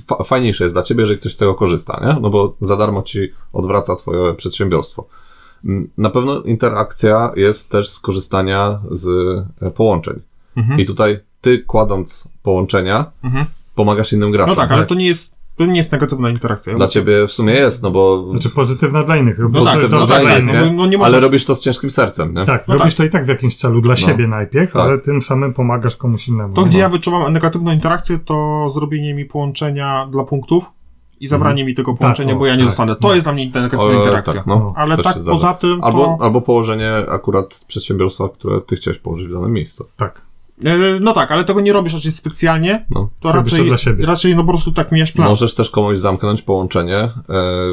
B: fa fajniejsze jest dla ciebie, że ktoś z tego korzysta, nie, no bo za darmo ci odwraca twoje przedsiębiorstwo. Mm, Na pewno interakcja jest też z korzystania z e, połączeń.
D: Mhm.
B: I tutaj ty kładąc połączenia,
D: Mhm.
B: pomagasz innym graczom.
D: No tak, ale
B: nie?
D: to nie jest, to nie jest negatywna interakcja.
B: Dla ciebie w sumie jest, no bo.
C: Znaczy pozytywna dla innych. Robisz
D: No tak,
C: to
D: no
C: dla
D: tak, tak,
C: innych.
D: no, bo- no nie
B: ale
D: możesz...
B: robisz to z ciężkim sercem, nie?
C: Tak,
D: No
C: robisz to i tak w jakimś celu dla
B: No.
C: siebie najpierw,
B: Tak.
C: ale tym samym pomagasz komuś innemu.
D: To,
C: No.
D: gdzie ja wyczuwam negatywną interakcję, to zrobienie mi połączenia dla punktów i zabranie mi tego połączenia,
C: o,
D: bo ja nie
C: Mhm. tak.
D: zostanę. To jest dla mnie negatywna
B: O,
D: interakcja.
B: tak, no,
D: Ale
B: też
D: tak
B: się zdarza.
D: poza tym to...
B: Albo, albo położenie akurat przedsiębiorstwa, które ty chciałeś położyć w danym miejscu.
C: Tak.
D: E, No tak, ale tego nie robisz raczej specjalnie.
B: No.
D: To
C: Robisz to
D: raczej,
C: dla siebie.
D: raczej no po prostu tak mijasz plan.
B: Możesz też komuś zamknąć połączenie, e,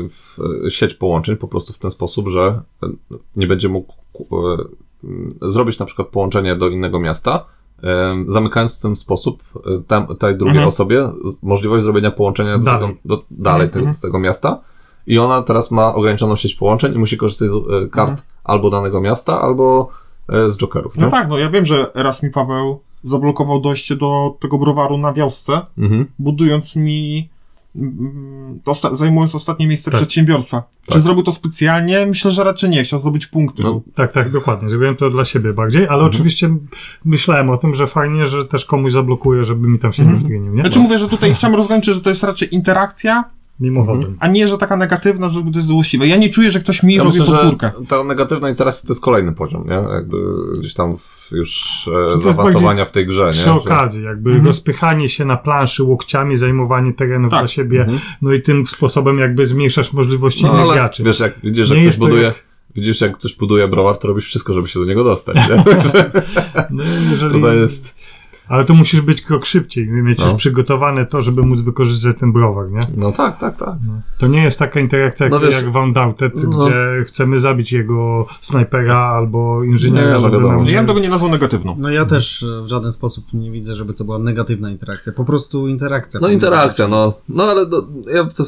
B: w, e, sieć połączeń po prostu w ten sposób, że e, nie będzie mógł ku- e, m, zrobić na przykład połączenie do innego miasta, e, zamykając w ten sposób e, tam, tej drugiej
D: Mhm.
B: osobie możliwość zrobienia połączenia do
C: Dalej.
B: tego, do, dalej
D: Mhm.
B: tego, do tego miasta. I ona teraz ma ograniczoną sieć połączeń i musi korzystać z e, kart albo danego miasta, albo e, z jokerów.
D: Mhm. No
B: nie?
D: tak, no ja wiem, że raz mi Paweł zablokował dojście do tego browaru na wiosce,
B: Mhm.
D: budując mi, mm, osta- zajmując ostatnie miejsce
C: Tak.
D: przedsiębiorstwa. Czy zrobił to specjalnie? Myślę, że raczej nie. Chciał zdobyć punkty.
B: No.
C: Tak, tak, dokładnie. Zrobiłem to dla siebie bardziej, ale
B: Mhm.
C: oczywiście myślałem o tym, że fajnie, że też komuś zablokuję, żeby mi tam się nie
D: Mhm.
C: wtrynił, nie? No,
D: Znaczy mówię, że tutaj chciałem rozgraniczyć, że to jest raczej interakcja,
B: mhm.
C: Mimochodem.
D: a nie, że taka negatywna, że to jest złośliwe. Ja nie czuję, że ktoś mi
B: Ja
D: robi
B: myślę, że
D: podpórkę.
B: ta negatywna interakcja to jest kolejny poziom, nie? Jakby gdzieś tam w- już e,
C: jest
B: zaawansowania w tej grze, nie?
C: Przy
B: Że-
C: okazji, jakby
D: Mhm.
C: rozpychanie się na planszy łokciami, zajmowanie terenów
D: Tak.
C: dla siebie,
B: Mhm.
C: no i tym sposobem jakby zmniejszasz możliwości
B: No,
C: innych
B: ale
C: graczy.
B: wiesz, jak widzisz, że
C: Nie
B: ktoś
C: jest to
B: buduje...
C: jak-
B: Widzisz, jak ktoś buduje browar, to robisz wszystko, żeby się do niego dostać.
D: (laughs)
B: Nie?
C: No, jeżeli...
B: To jest.
C: Ale to musisz być krok szybciej, mieć
B: No.
C: już przygotowane to, żeby móc wykorzystać ten browar, nie?
B: No tak, tak, tak.
C: To nie jest taka interakcja jak,
B: No wiesz-
C: jak Van Dautet,
B: No.
C: gdzie chcemy zabić jego snajpera albo
B: Nie,
C: inżyniera,
B: no
C: żeby
B: wiadomo.
C: nam...
D: Ja bym tego nie nazwał negatywną.
A: No ja też e, w żaden sposób nie widzę, żeby to była negatywna interakcja. Po prostu interakcja.
B: No interakcja, no. No ale no, ja to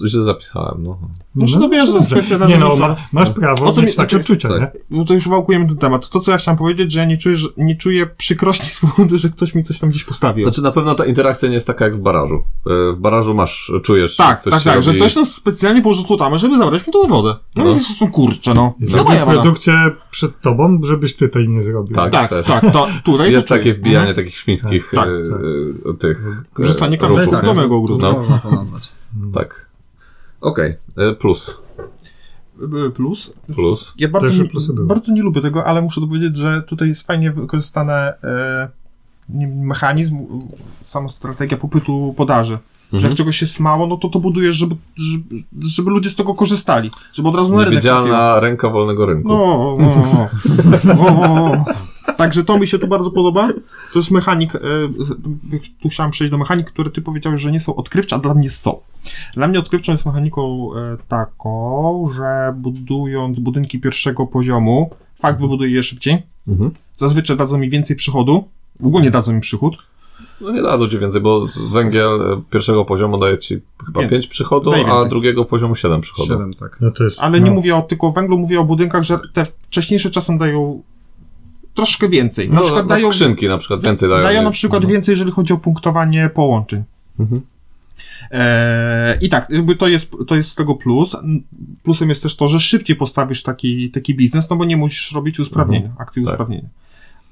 B: to źle zapisałem. No.
D: Znaczy, no wiesz, że
C: Mhm. dobrze.
D: kwestia
C: Nie no,
D: nazwiska.
C: ma, masz prawo
D: O co
C: mieć
D: mi- znaczy-
C: takie odczucia,
B: tak.
C: nie?
D: No to już wałkujemy ten temat. To, co ja chciałem powiedzieć, że ja nie czuję, że, nie czuję przykrości (laughs) z powodu, że ktoś mi coś tam gdzieś postawił.
B: Znaczy na pewno ta interakcja nie jest taka jak w barażu. E, W barażu masz, czujesz,
D: tak,
B: ktoś
D: tak,
B: ci
D: tak, że
B: robi-
D: ktoś nas specjalnie położył tu tamę, żeby zabrać mi tą wodę. No,
B: No.
D: no. wiesz, że są kurcze, no. No
C: Zrobić
D: moja woda.
C: produkcję przed tobą, żebyś ty tej nie zrobił.
B: Tak.
D: Tak,
B: też.
D: tak, to, tutaj
B: Jest
D: to czuję.
B: takie wbijanie
D: Mhm.
B: takich świńskich
D: Tak,
B: e,
C: tak.
B: e, tych. e,
D: Rzucanie
B: ruchów,
D: kamieni
B: nie?
D: do mego ogródku.
B: No.
A: Można to nazwać.
B: Tak. Okej, e, plus.
D: Y, Plus.
B: Plus.
D: Ja bardzo,
C: Też
D: nie-
C: plusy były.
D: bardzo nie lubię tego, ale muszę powiedzieć, że tutaj jest fajnie wykorzystane e, nie wiem, mechanizm, e, sama strategia popytu podaży. Że
B: Mhm.
D: jak czegoś jest mało, no to to budujesz, żeby, żeby, żeby ludzie z tego korzystali. Żeby od razu na rynek trafiło.
B: Niewidzialna ręka wolnego rynku.
D: No, no, no. no. O, o, o. Także to mi się tu bardzo podoba. To jest mechanik, e, z- tu chciałem przejść do mechanik, które ty powiedziałeś, że nie są odkrywcze, a dla mnie są. Dla mnie odkrywczą jest mechaniką e, taką, że budując budynki pierwszego poziomu, fakt wybuduję je szybciej.
B: Mhm.
D: Zazwyczaj dadzą mi więcej przychodu. Ogólnie dadzą mi przychód.
B: No nie dadzą ci więcej, bo węgiel e, pierwszego poziomu daje ci chyba
D: Nie,
B: 5 przychodu,
D: daje
B: a
D: więcej.
B: drugiego poziomu 7 przychodu.
A: Siedem, tak.
C: No to jest,
D: Ale
C: no,
D: nie mówię o tylko o węglu, mówię o budynkach, że te wcześniejsze czasem dają troszkę więcej. Na
B: No,
D: przykład dają,
B: skrzynki na przykład więcej dają.
D: dają,
B: niż-
D: na przykład
B: Mhm.
D: więcej, jeżeli chodzi o punktowanie połączeń.
B: Mhm.
D: Eee, I tak, jakby to jest, to jest z tego plus. N- Plusem jest też to, że szybciej postawisz taki, taki biznes, no bo nie musisz robić usprawnienia, akcji
B: Tak.
D: usprawnienia.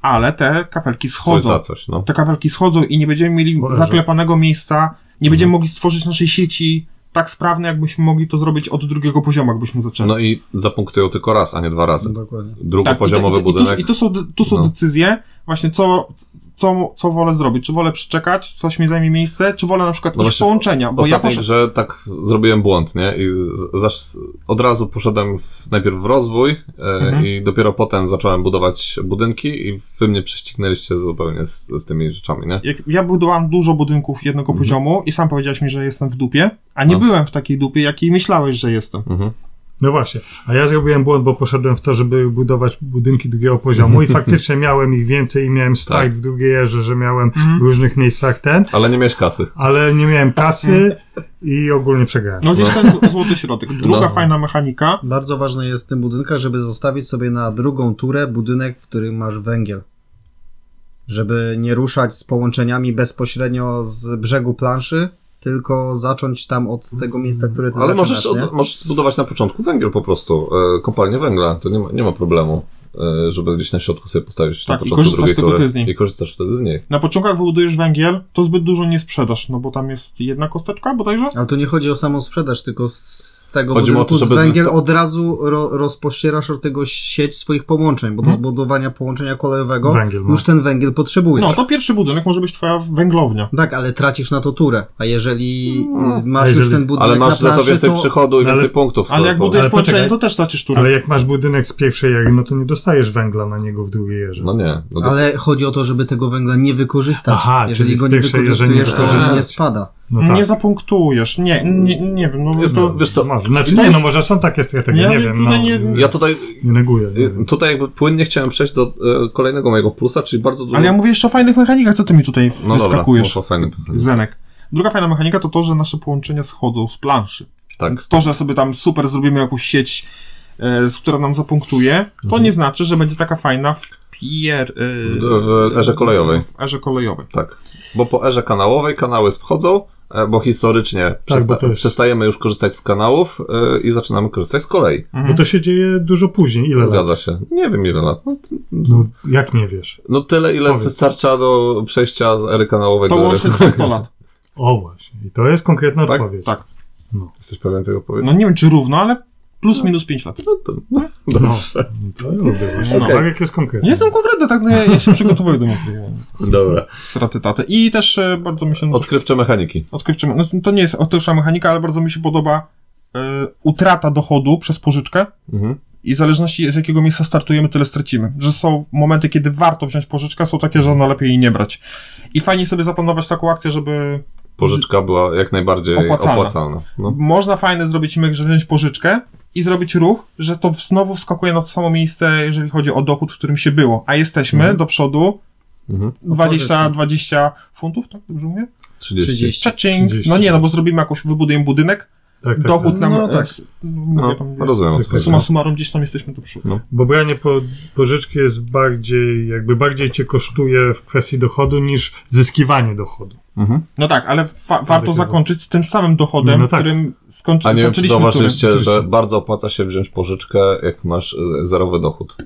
D: Ale te kapelki
B: Coś za
D: schodzą.
B: coś, no.
D: Te kapelki schodzą i nie będziemy mieli
C: Boże.
D: zaklepanego miejsca, nie
B: Mhm.
D: będziemy mogli stworzyć naszej sieci tak sprawne, jakbyśmy mogli to zrobić od drugiego poziomu, jakbyśmy zaczęli.
B: No i zapunktują tylko raz, a nie dwa razy.
A: Dokładnie.
B: Drugopoziomowy
D: Tak, i, te- i,
B: budynek.
D: I tu, i tu są, tu są
B: No.
D: decyzje, właśnie co, co, co wolę zrobić. Czy wolę przeczekać, coś mi zajmie miejsce, czy wolę na przykład
B: No
D: iść
B: właśnie,
D: połączenia, bo
B: Ostatnio,
D: ja poszedłem.
B: że tak zrobiłem błąd, nie? I z- zasz, od razu poszedłem w, najpierw w rozwój e,
D: Mhm.
B: i dopiero potem zacząłem budować budynki i wy mnie prześcignęliście zupełnie z, z tymi rzeczami, nie?
D: Jak ja budowałem dużo budynków jednego
B: Mhm.
D: poziomu i sam powiedziałeś mi, że jestem w dupie, a nie
B: No.
D: byłem w takiej dupie, jakiej myślałeś, że jestem.
B: Mhm.
C: no właśnie, a ja zrobiłem błąd, bo poszedłem w to, żeby budować budynki drugiego
B: (laughs)
C: poziomu i faktycznie miałem ich więcej i miałem stajt
B: Tak.
C: w drugiej erze, że miałem
D: Mhm.
C: w różnych miejscach ten,
B: Ale nie miałeś kasy.
C: ale nie miałem kasy i ogólnie przegrałem.
D: No gdzieś ten złoty środek. Druga
B: No.
D: fajna mechanika.
A: Bardzo ważne jest w tym budynkach, żeby zostawić sobie na drugą turę budynek, w którym masz węgiel. Żeby nie ruszać z połączeniami bezpośrednio z brzegu planszy, tylko zacząć tam od tego miejsca, które ty
B: Ale możesz,
A: zaczynasz, nie?
B: od, możesz zbudować na początku węgiel po prostu, e, kopalnię węgla, to nie ma, nie ma problemu, e, żeby gdzieś na środku sobie postawić na
D: Tak, i
B: początku
D: korzystasz
B: drugiej
D: tylko
B: tury
D: ty z nich.
B: i korzystasz wtedy z nich.
D: Na początkach wybudujesz węgiel, to zbyt dużo nie sprzedasz, no bo tam jest jedna kosteczka bodajże.
A: Ale tu nie chodzi o samą sprzedaż, tylko z- z tego
B: Chodzi mu o to,
A: budynku z
B: żeby
A: węgiel
B: zosta-
A: od razu ro, rozpościerasz od tego sieć swoich połączeń, bo do
D: Mhm.
A: zbudowania połączenia kolejowego
C: Węgiel, no.
A: już ten węgiel potrzebujesz.
D: No to pierwszy budynek może być twoja węglownia.
A: Tak, ale tracisz na to turę, a jeżeli
B: No,
A: masz
C: a
A: już
C: jeżeli-
A: ten budynek
B: Ale
A: na
B: masz za
A: planszy,
B: to więcej
A: to...
B: przychodu i
C: Ale-
B: więcej punktów.
D: No Ale jak
B: dodatkowo.
D: budujesz
C: Ale
D: połączenie,
C: poczekaj.
D: to też tracisz turę.
C: Ale jak masz budynek z pierwszej ery, no to nie dostajesz węgla na niego w drugiej erze.
B: No nie. No to...
A: Ale chodzi o to, żeby tego węgla nie wykorzystać.
C: Aha,
A: jeżeli
C: czyli w
A: go nie
C: pierwszej, jeżeli
A: wykorzystujesz,
C: nie
A: to już nie
B: wykorzystać.
A: spada.
C: No tak.
D: Nie zapunktujesz, nie, nie, nie wiem. No,
B: Jest
D: no,
B: to, wiesz co,
C: Może. Znaczy,
D: To
C: nie,
D: jest-
C: no może są takie strategie,
D: Ja
C: nie,
D: bym
C: wiem.
D: tutaj
C: No,
D: nie-
C: nie,
B: ja tutaj,
C: neguję. Nie
B: y,
C: wiem.
B: tutaj jakby płynnie chciałem przejść do e, kolejnego mojego plusa, czyli bardzo dużo...
D: Ale ja mówię jeszcze o fajnych mechanikach, co ty mi tutaj
B: no dobra,
D: wyskakujesz,
B: poszło fajnie.
D: Zenek. Druga fajna mechanika to to, że nasze połączenia schodzą z planszy.
B: Tak.
D: Więc to, że sobie tam super zrobimy jakąś sieć, e, z która nam zapunktuje, to nie znaczy, że będzie taka fajna w pier... e,
B: Mhm. W- w erze kolejowej.
D: W erze kolejowej.
B: Tak. Bo po erze kanałowej kanały schodzą, e, bo historycznie przesta-
C: bo to jest-
B: przestajemy już korzystać z kanałów e, i zaczynamy korzystać z kolei.
D: Mhm.
C: Bo to się dzieje dużo później. Ile lat?
B: Zgadza się. Nie wiem ile lat. No, t-
C: No, jak nie wiesz?
B: no tyle, ile
C: Powiedz.
B: wystarcza do przejścia z ery kanałowej
D: To
B: do ery...
D: łącznie 100 lat.
C: O właśnie. I to jest konkretna
B: Tak?
C: odpowiedź.
D: Tak.
B: Jesteś pewien tego odpowiedzi?
D: No nie wiem, czy równo, ale plus minus 5 lat.
B: No to...
C: No, to ja lubię właśnie.
D: No.
C: Tak jak jest konkretny.
D: Nie jestem konkretny, tak? No ja, ja się przygotowuję do materiału.
B: Dobra.
D: Straty taty. I też e, bardzo mi się...
B: Odkrywcze mechaniki.
D: odkrywczy. No, to nie jest odkrywcza mechanika, ale bardzo mi się podoba y, utrata dochodu przez pożyczkę.
B: Mhm.
D: I w zależności z jakiego miejsca startujemy, tyle stracimy. Że są momenty, kiedy warto wziąć pożyczkę, są takie, że no lepiej jej nie brać. I fajnie sobie zaplanować taką akcję, żeby
B: Pożyczka była jak najbardziej
D: Opłacalna.
B: opłacalna. No.
D: można fajne zrobić myk, że wziąć pożyczkę i zrobić ruch, że to znowu wskakuje na to samo miejsce, jeżeli chodzi o dochód, w którym się było. A jesteśmy do przodu
B: Mhm.
D: 20,
A: pożyczki.
D: 20 funtów, tak dobrze mówię?
B: 30.
A: 30.
D: Cha-ching.
C: 30.
D: No nie, no bo zrobimy jakąś, wybudujemy budynek,
C: Tak, tak,
D: dochód
C: tak.
D: nam.
A: No
D: e,
A: tak.
D: s- mówię,
B: No,
D: tam jest-
B: rozumiem. o co chodzi.
D: Suma summarum, gdzieś tam jesteśmy tu przy.
B: No.
C: Bo branie po, pożyczki jest bardziej, jakby bardziej cię kosztuje w kwestii dochodu niż zyskiwanie dochodu.
B: Mhm.
D: No tak, ale fa- warto
C: Dekazja.
D: zakończyć tym samym dochodem,
C: No tak.
D: którym skończy-
B: A nie wiem, czy
D: zaczęliśmy turę.
B: zauważyliście,
C: Oczywiście.
B: że bardzo opłaca się wziąć pożyczkę, jak masz e, zerowy dochód.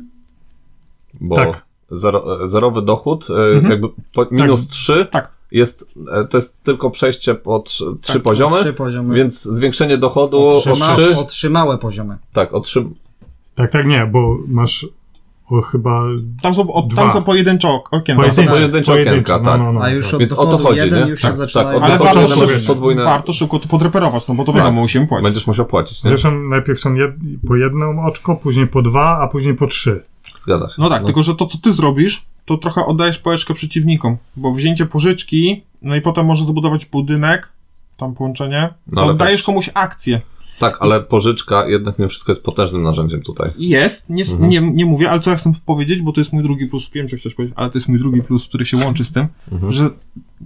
B: Bo
C: Tak.
B: zero, e, zerowy dochód, e,
D: Mhm.
B: jakby po, minus 3,
D: Tak.
B: Jest, e, to jest tylko przejście po 3
D: Tak, po
B: poziomy,
A: Trzy poziomy.
B: więc zwiększenie dochodu
C: O
B: o
C: trzy.
B: 3,
A: Otrzyma, otrzymałe poziomy.
B: tak, o 3,
C: Tak, tak, nie, bo masz o, chyba
D: Tam są, o, tam
C: Dwa.
D: są pojedyncze ok- okienka.
B: Pojedyncze. okienka,
C: no,
B: tak.
C: no, no,
A: A już
C: tak.
A: od
B: Więc o to
A: dochodu
B: chodzi,
A: jeden
B: nie?
A: już
B: Tak, tak,
A: się zaczyna.
B: od
D: Ale
B: dochodu
D: warto,
C: początku
D: szybko,
C: masz
B: podwójne-
D: warto szybko to podreperować, no bo to
B: Tak.
D: wiadomo, musimy płacić.
B: będziesz musiał płacić, nie?
C: Zresztą najpierw są jed, po jedną oczko, później po dwa, a później po trzy.
B: Zgadza się.
D: tak,
B: No.
D: No tak, tylko że to co ty zrobisz, to trochę oddajesz pałeczkę przeciwnikom, bo wzięcie pożyczki, no i potem możesz zbudować budynek, tam połączenie,
B: No,
D: to
B: ale
D: oddajesz
B: też-
D: komuś akcję.
B: Tak, ale pożyczka jednak mimo wszystko jest potężnym narzędziem tutaj.
D: Jest, nie, s-
B: Mhm.
D: nie, nie mówię, ale co ja chcę powiedzieć, bo to jest mój drugi plus, wiem, że chcesz powiedzieć, ale to jest mój drugi plus, który się łączy z tym,
B: Mhm.
D: że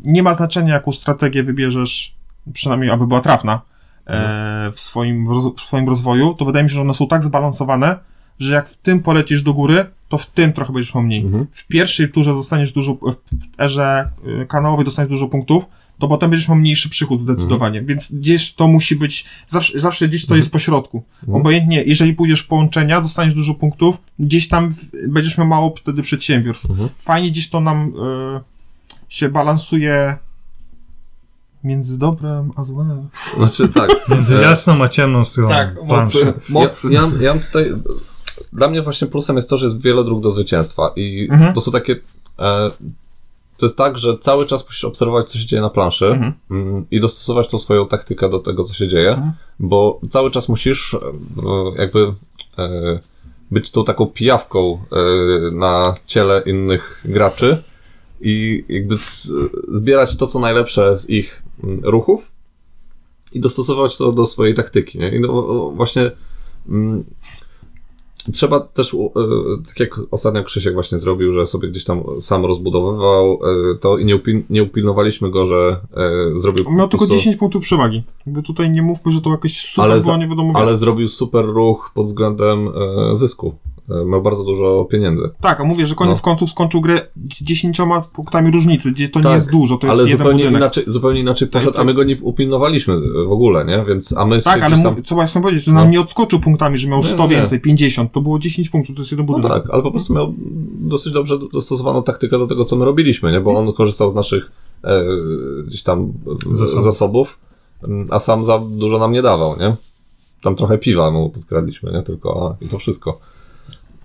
D: nie ma znaczenia, jaką strategię wybierzesz, przynajmniej aby była trafna,
B: Mhm.
D: e, w, swoim, w roz- w swoim rozwoju, to wydaje mi się, że one są tak zbalansowane, że jak w tym polecisz do góry, to w tym trochę będziesz miał mniej.
B: Mhm.
D: w pierwszej turze dostaniesz dużo, w erze y, kanałowej dostaniesz dużo punktów, to potem będziesz miał mniejszy przychód
B: Mhm.
D: zdecydowanie, więc gdzieś to musi być, zawsze, zawsze gdzieś to jest po środku.
B: Mhm.
D: Obojętnie, jeżeli pójdziesz w połączenia, dostaniesz dużo punktów, gdzieś tam w, będziesz miał mało wtedy przedsiębiorstw.
B: Mhm.
D: Fajnie gdzieś to nam y, się balansuje między dobrem a złem.
B: Znaczy tak.
C: Między
B: E,
C: jasną a ciemną stroną.
D: Tak,
C: planszy.
D: mocy.
B: Mocy. Ja, ja, ja mam tutaj. Dla mnie właśnie plusem jest to, że jest wiele dróg do zwycięstwa. I
D: Mhm.
B: to są takie. E, to jest tak, że cały czas musisz obserwować, co się dzieje na planszy
D: Mhm.
B: mm, i dostosować tą swoją taktykę do tego, co się dzieje,
D: Mhm.
B: bo cały czas musisz e, jakby e, być tą taką pijawką e, na ciele innych graczy i jakby z, zbierać to, co najlepsze z ich mm, ruchów i dostosować to do swojej taktyki. Nie? I no, o- właśnie mm, trzeba też, u- e, tak jak ostatnio Krzysiek właśnie zrobił, że sobie gdzieś tam sam rozbudowywał e, to i nie, upil- nie upilnowaliśmy go, że e, zrobił
D: Miał
B: po
D: tylko
B: prostu-
D: 10 punktów przewagi. Jakby tutaj nie mówmy, że to jakieś super
B: Ale
D: była,
B: za-
D: nie wiadomo jak.
B: ale zrobił super ruch pod względem e, zysku. E, miał bardzo dużo pieniędzy.
D: Tak, a mówię, że koniec
B: No.
D: końców skończył grę z 10 punktami różnicy, gdzie to nie
B: Tak,
D: jest dużo, to jest
B: ale
D: jeden
B: zupełnie
D: budynek.
B: inaczej, zupełnie inaczej poszedł,
D: tak.
B: a my go nie upilnowaliśmy w ogóle, nie? Więc, a my
D: Tak,
B: się
D: ale
B: gdzieś tam...
D: mów, co właśnie powiedzieć, że nam
B: No.
D: nie odskoczył punktami, że miał
B: Nie,
D: 100
B: nie.
D: więcej, 50, to było 10 punktów, to jest jeden
B: No
D: budynek.
B: tak, ale po prostu miał dosyć dobrze dostosowaną taktykę do tego, co my robiliśmy, nie? Bo on korzystał z naszych e, gdzieś tam e,
C: Zasobów.
B: zasobów, m, a sam za dużo nam nie dawał, nie? Tam trochę piwa mu podkradliśmy, nie? Tylko a, i to wszystko.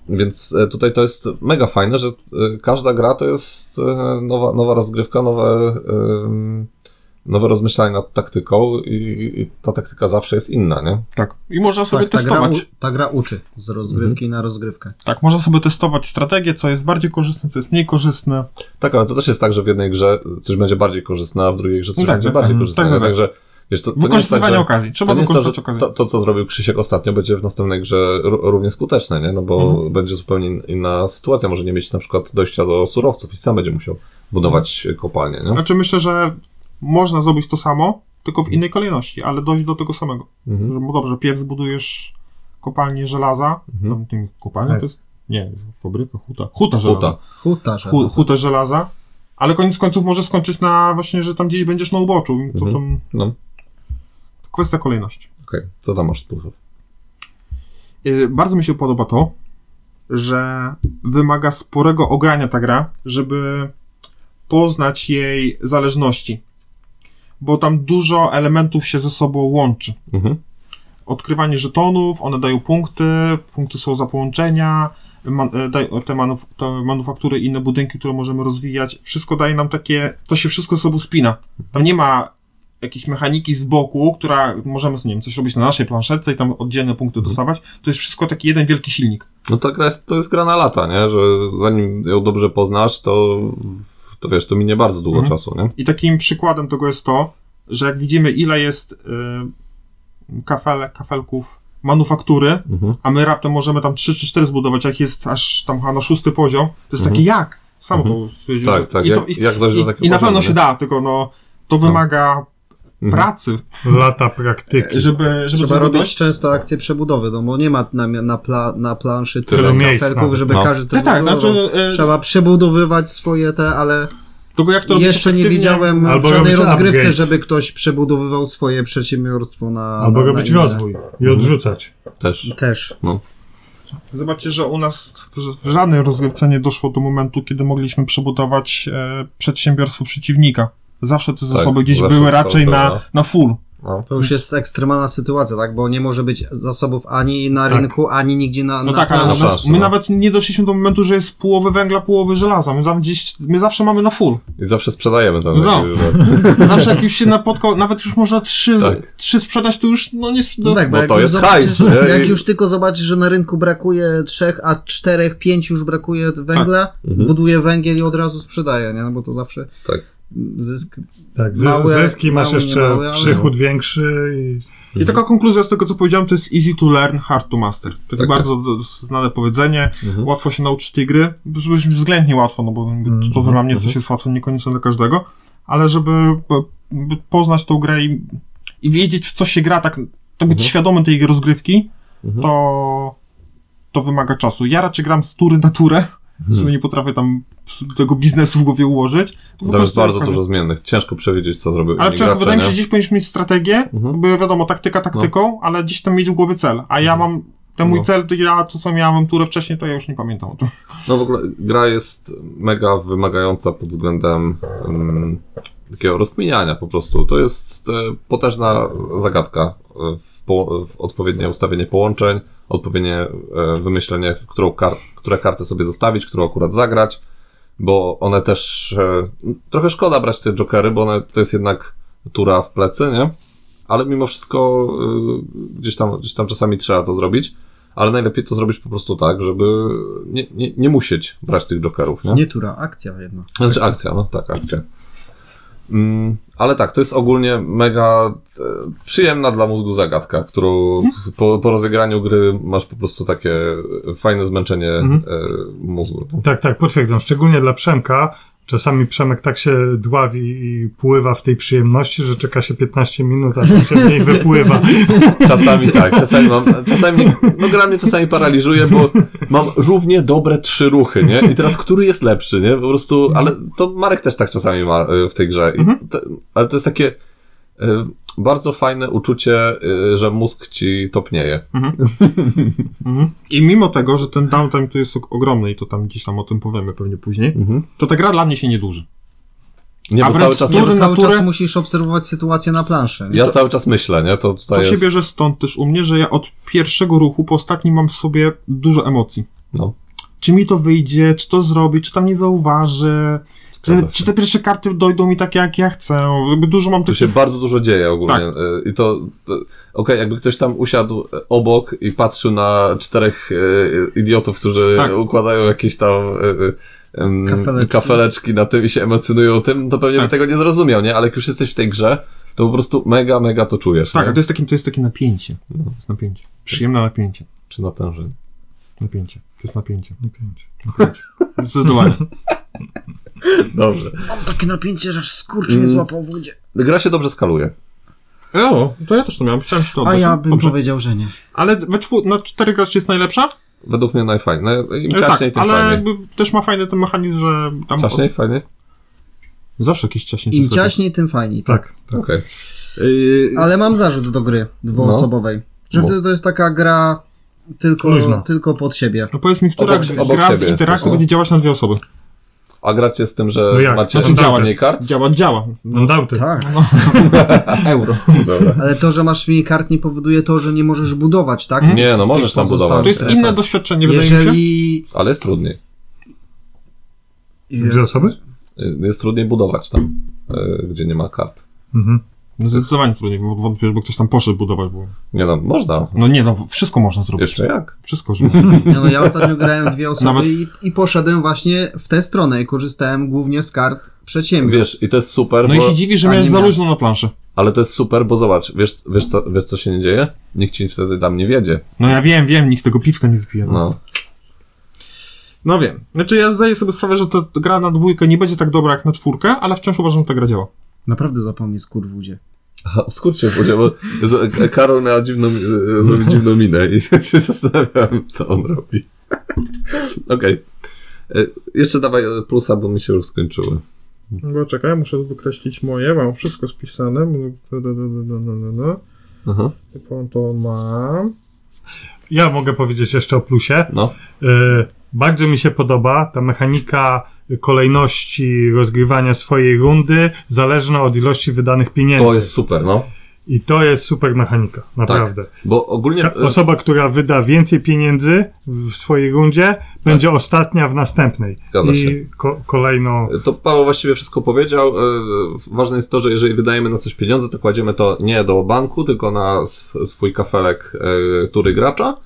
B: Więc e, tutaj to jest mega fajne, że e, każda gra to jest e, nowa, nowa rozgrywka, nowe, em, nowe rozmyślanie nad taktyką i, i ta taktyka zawsze jest inna, nie?
D: Tak. I można sobie
A: Tak, ta, gra,
D: testować.
A: u, ta gra uczy z rozgrywki na rozgrywkę.
D: Tak, można sobie testować strategię, co jest bardziej korzystne, co jest mniej korzystne.
B: Tak, ale to też jest tak, że w jednej grze coś będzie bardziej korzystne, a w drugiej grze coś
D: No tak,
B: będzie
D: tak,
B: bardziej
C: mhm.
B: korzystne.
D: Tak, tak, tak.
B: Także wiesz, to, to nie jest tak,
D: Wykorzystywanie
B: że,
D: okazji, trzeba
B: to, nie jest to, że
D: wykorzystać okazję.
B: to, to, co zrobił Krzysiek ostatnio, będzie w następnej grze ró- równie skuteczne, nie? No bo
D: Mhm.
B: będzie zupełnie in- inna sytuacja. Może nie mieć na przykład dojścia do surowców i sam będzie musiał budować kopalnię, nie?
D: Znaczy myślę, że można zrobić to samo, tylko w innej kolejności, ale dojść do tego samego.
B: Mhm.
D: Że, no dobrze, pierw zbudujesz kopalnię żelaza,
B: Mhm.
D: tam tym kopalnię
C: Tak.
D: to jest? Nie, fabryka, huta. Huta żelaza.
B: Huta.
A: Huta, że.
D: Hu- hutę żelaza. Ale koniec końców może skończyć na właśnie, że tam gdzieś będziesz na uboczu. To,
B: Mhm.
D: tam
B: No,
D: kwestia kolejności.
B: okej. Co tam masz plusów?
D: Yy, bardzo mi się podoba to, że wymaga sporego ogrania ta gra, żeby poznać jej zależności. Bo tam dużo elementów się ze sobą łączy.
B: Mhm.
D: Odkrywanie żetonów, one dają punkty, punkty są za połączenia, ma, e, daj, te, manuf, te manufaktury i inne budynki, które możemy rozwijać. Wszystko daje nam takie, to się wszystko ze sobą spina. Tam nie ma jakiejś mechaniki z boku, która możemy z nim coś robić na naszej planszetce i tam oddzielne punkty dostawać. To jest wszystko taki jeden wielki silnik.
B: No ta gra jest, to jest gra na lata, nie? Że zanim ją dobrze poznasz, to, to wiesz, to minie bardzo długo
D: Mhm.
B: czasu, nie?
D: I takim przykładem tego jest to, że jak widzimy ile jest y, kafel, kafelków manufaktury,
B: Mhm.
D: a my raptem możemy tam 3 czy 4 zbudować, jak jest aż tam chyba na szósty poziom, to jest
B: Mhm.
D: takie jak? Sam
B: Mhm.
D: to stwierdziłem.
B: Tak,
D: że-
B: tak.
D: I, to,
B: jak,
D: i,
B: jak dojść do takiego
D: i, i na
B: poziomu,
D: pewno się
B: nie? Tak.
D: da, tylko no, to wymaga
B: Mhm.
D: pracy,
C: Lata praktyki.
D: żeby, żeby do
A: Trzeba
D: tego
A: robić
D: dojść.
A: często akcje przebudowy, no bo nie ma na, na, pla, na planszy
B: Tyle
A: tyle
C: miejsc
A: kafelków,
C: nawet,
A: żeby
B: no.
A: każdy to
D: Tak, tak,
A: wybudował.
D: znaczy, y,
A: Trzeba przebudowywać swoje te, ale
D: Tylko jak to robić
A: jeszcze nie
D: efektywnie?
A: widziałem
C: Albo
A: w żadnej
C: robić
A: rozgrywce,
C: upgrade.
A: żeby ktoś przebudowywał swoje przedsiębiorstwo na.
C: Albo
A: na,
C: robić
A: na Mhm. inne.
C: rozwój i odrzucać.
B: Też.
D: No.
A: Też.
D: Zobaczcie, że u nas w, w żadnej rozgrywce nie doszło do momentu, kiedy mogliśmy przebudować e, przedsiębiorstwo przeciwnika. Zawsze te zasoby gdzieś
B: Tak, zawsze
D: były
B: to-
D: raczej
B: to-
D: na,
B: no.
D: na full.
B: No.
A: To już jest ekstremalna sytuacja, tak? Bo nie może być zasobów ani na
C: Tak.
A: rynku, ani nigdzie na.
D: No
A: na
D: tak, ale
A: planszy.
B: szansa,
D: nawet, my
B: no.
D: nawet nie doszliśmy do momentu, że jest połowy węgla, połowy żelaza. My, za- gdzieś, my zawsze mamy na
A: (laughs)
D: full.
B: I zawsze sprzedajemy tam.
D: No. (laughs)
B: jakieś rzeczy.
D: Zawsze jak już się napotkał, nawet już można trzy,
B: Tak.
D: trzy sprzedać, to już no nie
A: No
D: sprzedać.
A: tak, bo,
B: bo
A: jak,
B: to
A: już
B: jest
A: zobaczysz,
B: hajs, nie?
A: jak
B: I-
A: już tylko zobaczysz, że na rynku brakuje trzech, a czterech, pięciu już brakuje węgla,
B: Mhm.
A: buduje węgiel i od razu sprzedaje, nie? No bo to zawsze
B: Tak.
A: zysk.
C: Tak, zys-
A: Małe-
C: zyski masz
A: małe,
C: jeszcze
A: niemałe, ale-
C: przychód większy i
D: I taka konkluzja z tego, co powiedziałem, to jest easy to learn, hard to master. To
B: Tak
D: bardzo do- znane powiedzenie.
B: Mhm.
D: Łatwo się nauczyć tej gry. Żeby względnie łatwo, no bo to, co dla mnie
B: Mhm.
D: coś jest łatwo, niekoniecznie dla każdego. Ale żeby po- by poznać tą grę i, i wiedzieć, w co się gra, tak, to być świadomy tej rozgrywki,
B: Mhm.
D: to, to wymaga czasu. Ja raczej gram z tury na turę.
B: Mhm.
D: W sumie nie potrafię tam tego biznesu w głowie ułożyć. To po
B: Tam jest
D: prostu
B: bardzo
D: jak-
B: dużo zmiennych. Ciężko przewidzieć, co zrobił
D: Ale
B: inni
D: wciąż
B: gracze,
D: wydaje mi się,
B: nie?
D: że gdzieś powinniśmy mieć strategię,
B: Mhm.
D: bo wiadomo, taktyka taktyką, ale gdzieś tam mieć w głowie cel. A ja mam, ten mój
B: No.
D: cel, to ja to co miałem turę wcześniej, to ja już nie pamiętam o tym.
B: No w ogóle gra jest mega wymagająca pod względem mm, takiego rozkminiania po prostu. To jest e, potężna zagadka. e, W po, w odpowiednie ustawienie połączeń, odpowiednie e, wymyślenie, w którą kar, które karty sobie zostawić, którą akurat zagrać, bo one też... E, trochę szkoda brać te jokery, bo one, to jest jednak tura w plecy, nie? Ale mimo wszystko e, gdzieś, tam, gdzieś tam czasami trzeba to zrobić ale najlepiej to zrobić po prostu tak, żeby nie, nie, nie musieć brać tych jokerów, nie?
A: Nie tura, akcja jedna.
B: Znaczy akcja, no tak, akcja. Mm, ale tak, to jest ogólnie mega e, przyjemna dla mózgu zagadka, którą po, po rozegraniu gry masz po prostu takie fajne zmęczenie
C: Mhm.
B: e, mózgu.
C: Tak, tak, potwierdzam. Szczególnie dla Przemka. Czasami Przemek tak się dławi i pływa w tej przyjemności, że czeka się 15 minut, a się mniej
A: (laughs)
C: wypływa.
B: Czasami tak, czasami mam, czasami, no gra mnie czasami paraliżuje, bo mam równie dobre trzy ruchy, nie? I teraz który jest lepszy, nie? Po prostu, ale to Marek też tak czasami ma y, w tej grze. I te, ale to jest takie y, bardzo fajne uczucie, y, że mózg ci topnieje.
A: Mhm.
B: (laughs)
D: I mimo tego, że ten downtime tu jest ok- ogromny i to tam gdzieś tam o tym powiemy pewnie później, to ta gra dla mnie się nie duży.
B: Nie,
D: A
B: bo
D: wręcz
B: cały czas,
A: Nie,
D: Tury
A: bo
D: na
A: cały
D: turę?
A: czas musisz obserwować sytuację na planszy. nie?
B: ja cały czas myślę, nie?
D: To,
B: To tutaj
D: się
B: jest...
D: bierze stąd też u mnie, że ja od pierwszego ruchu po ostatni mam w sobie dużo emocji.
B: No.
D: Czy mi to wyjdzie, czy to zrobi, czy tam nie zauważy, czy,
B: Zgadza się.
D: czy te pierwsze karty dojdą mi takie, jak ja chcę. Jakby Dużo mam
B: Tu
D: tych
B: się bardzo dużo dzieje ogólnie.
D: Tak.
B: Y, I to, to okej, jakby ktoś tam usiadł e, obok i patrzył na czterech e, idiotów, którzy
D: Tak.
B: układają jakieś tam e, e, em,
A: Kafeleczki.
B: kafeleczki na tym i się emocjonują tym, to pewnie
D: Tak.
B: by tego nie zrozumiał, nie? Ale jak już jesteś w tej grze, to po prostu mega, mega to czujesz.
D: Tak,
B: nie? No.
D: to jest takie, to jest takie napięcie. To jest napięcie. Przyjemne napięcie.
B: Czy natężenie.
D: Napięcie. To jest napięcie.
C: Pięć.
A: (laughs)
D: Zdecydowanie.
B: Dobrze.
A: Mam takie napięcie, że aż skurcz mnie
B: Mm.
A: złapał w wodzie.
B: Gra się dobrze skaluje.
D: No, to ja też to miałem. Chciałem się to
A: A
D: oddać.
A: ja bym
D: Dobrze. No
A: powiedział, że nie.
D: Ale we czwór- na cztery graczy jest najlepsza?
B: Według mnie najfajniej. No, Im
D: E,
B: ciaśniej,
D: tak,
B: tym
D: ale
B: fajniej.
D: jakby też ma fajny ten mechanizm, że tam...
B: Ciaśniej, fajnie?
D: Zawsze jakieś ciaśniej.
A: Im
D: to sobie-
A: ciaśniej, tym fajniej. Tak.
C: Tak.
B: Okej. Y,
A: Ale mam zarzut do gry dwuosobowej.
D: No.
A: Że
B: Bo-
A: wtedy to jest taka gra tylko,
C: Luźna.
A: tylko pod siebie.
D: No powiedz mi, która
B: Obok-
D: obok,
B: obok
D: gra z
B: siebie
D: interakcją
B: jesteś,
D: będzie działać na dwie osoby? Znaczy
B: A gracie z tym, że
C: No jak?
B: macie
C: No to działa.
B: mniej kart?
D: Działa, działa. No,
C: On dał ty.
A: Tak.
D: Euro.
B: (laughs) Dobra.
A: Ale to, że masz mniej kart nie powoduje to, że nie możesz budować, tak?
B: Nie, no możesz tam
A: Pozostałe.
B: budować.
D: Mhm. To jest
A: Tak.
D: inne doświadczenie, wydaje mi się.
A: Jeżeli...
B: Ale jest trudniej.
C: Dwie osoby?
B: Jest trudniej budować tam, e, gdzie nie ma kart.
C: Mhm.
D: No Zdecydowanie trudniej, bo wątpię, żeby ktoś tam poszedł budować, bo...
B: Nie no, można.
D: No nie, no wszystko można zrobić.
B: Jeszcze jak?
D: Wszystko,
B: (laughs)
D: że...
A: Nie, no ja ostatnio grałem
D: (laughs)
A: dwie osoby
D: Nawet-
A: i, i poszedłem właśnie w tę stronę i korzystałem głównie z kart przedsiębiorstw.
B: Wiesz, i to jest super,
D: No i
B: bo,
D: się dziwi, że
A: A
D: miałeś
A: nie
D: za
A: miałem.
D: luźno na planszę.
B: ale to jest super, bo zobacz, wiesz, wiesz, co, wiesz co się nie dzieje? Nikt ci wtedy tam nie wiedzie.
D: No ja wiem, wiem, nikt tego piwka nie wypije. No,
B: No.
D: no wiem. Znaczy ja zdaję sobie sprawę, że ta gra na dwójkę nie będzie tak dobra jak na czwórkę, ale wciąż uważam, że ta gra działa.
A: Naprawdę zapomnij skurwudzie.
B: Aha, skurczę, bo bo z- Karol miał dziwną, e, zrobił dziwną minę i (laughs) się zastanawiałem, co on robi. (laughs) Okej. E, Jeszcze dawaj e, plusa, bo mi się już skończyły.
D: No czekaj, muszę wykreślić moje, mam wszystko spisane.
B: Aha.
D: To mam.
C: Ja mogę powiedzieć jeszcze o plusie.
B: No.
C: Y, Bardzo mi się podoba ta mechanika kolejności rozgrywania swojej rundy, zależna od ilości wydanych pieniędzy.
B: To jest super, no.
C: I to jest super mechanika, naprawdę.
B: Bo ogólnie...
C: Ka- Osoba, która wyda więcej pieniędzy w swojej rundzie, będzie ostatnia w następnej.
B: Zgadza
C: I
B: się.
C: Ko- kolejno.
B: e, To Paweł właściwie wszystko powiedział. E, Ważne jest to, że jeżeli wydajemy na coś pieniądze, to kładziemy to nie do banku, tylko na sw- swój kafelek e, tury gracza.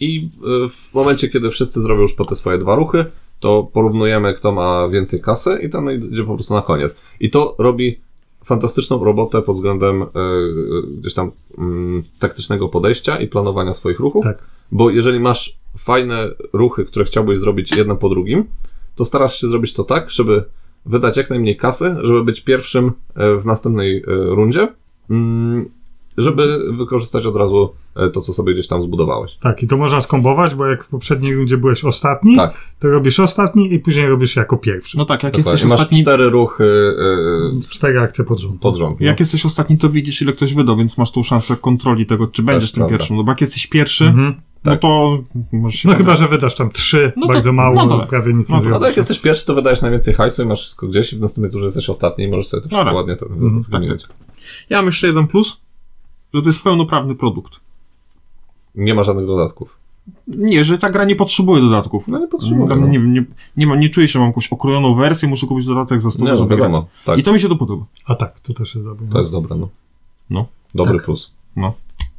B: I e, w momencie, kiedy wszyscy zrobią już po te swoje dwa ruchy, to porównujemy, kto ma więcej kasy, i ten idzie po prostu na koniec. I to robi fantastyczną robotę pod względem e, gdzieś tam mm, taktycznego podejścia i planowania swoich ruchów.
C: Tak.
B: Bo jeżeli masz fajne ruchy, które chciałbyś zrobić jedno po drugim, to starasz się zrobić to tak, żeby wydać jak najmniej kasy, żeby być pierwszym e, w następnej e, rundzie, mm, żeby wykorzystać od razu e, to, co sobie gdzieś tam zbudowałeś.
C: Tak, i to można skombować, bo jak w poprzedniej rundzie byłeś ostatni,
B: Tak,
C: to robisz ostatni i później robisz jako pierwszy.
D: No tak, jak
B: dokładnie.
D: jesteś
B: masz
D: ostatni,
B: cztery ruchy e,
C: Cztery akcje pod rząd.
B: pod rząd. No.
D: jak jesteś ostatni, to widzisz, ile ktoś wydał, więc masz tą szansę kontroli tego, czy będziesz tym
B: prawda.
D: pierwszym. No bo jak jesteś pierwszy,
C: Mhm.
D: no
B: Tak.
D: to możesz się
C: No
D: poddać.
C: chyba, że wydasz tam trzy,
D: No to-
C: bardzo mało,
D: no to-
C: prawie nic
D: no
C: nie
D: to-
B: No to jak
C: zrobisz.
B: jesteś pierwszy, to wydajesz najwięcej hajsu i masz wszystko gdzieś i w następnej turze jesteś ostatni i możesz sobie to wszystko
D: tak.
B: ładnie to
C: Mhm,
B: wykombinować.
D: Ja mam jeszcze jeden plus, że to jest pełnoprawny produkt.
B: Nie ma żadnych dodatków.
D: Nie, że ta gra nie potrzebuje dodatków.
B: No nie potrzebuję.
D: Tam
B: no.
D: nie, nie, nie, mam, nie czuję się, mam jakąś okrojoną wersję, muszę kupić dodatek za 100
B: Nie, no
D: żeby grać.
B: wiadomo. Tak,
D: I to mi się to podoba.
C: A tak, to też jest dobre.
B: to jest dobre. No.
D: No.
B: Dobry
A: Tak.
B: plus.
C: No,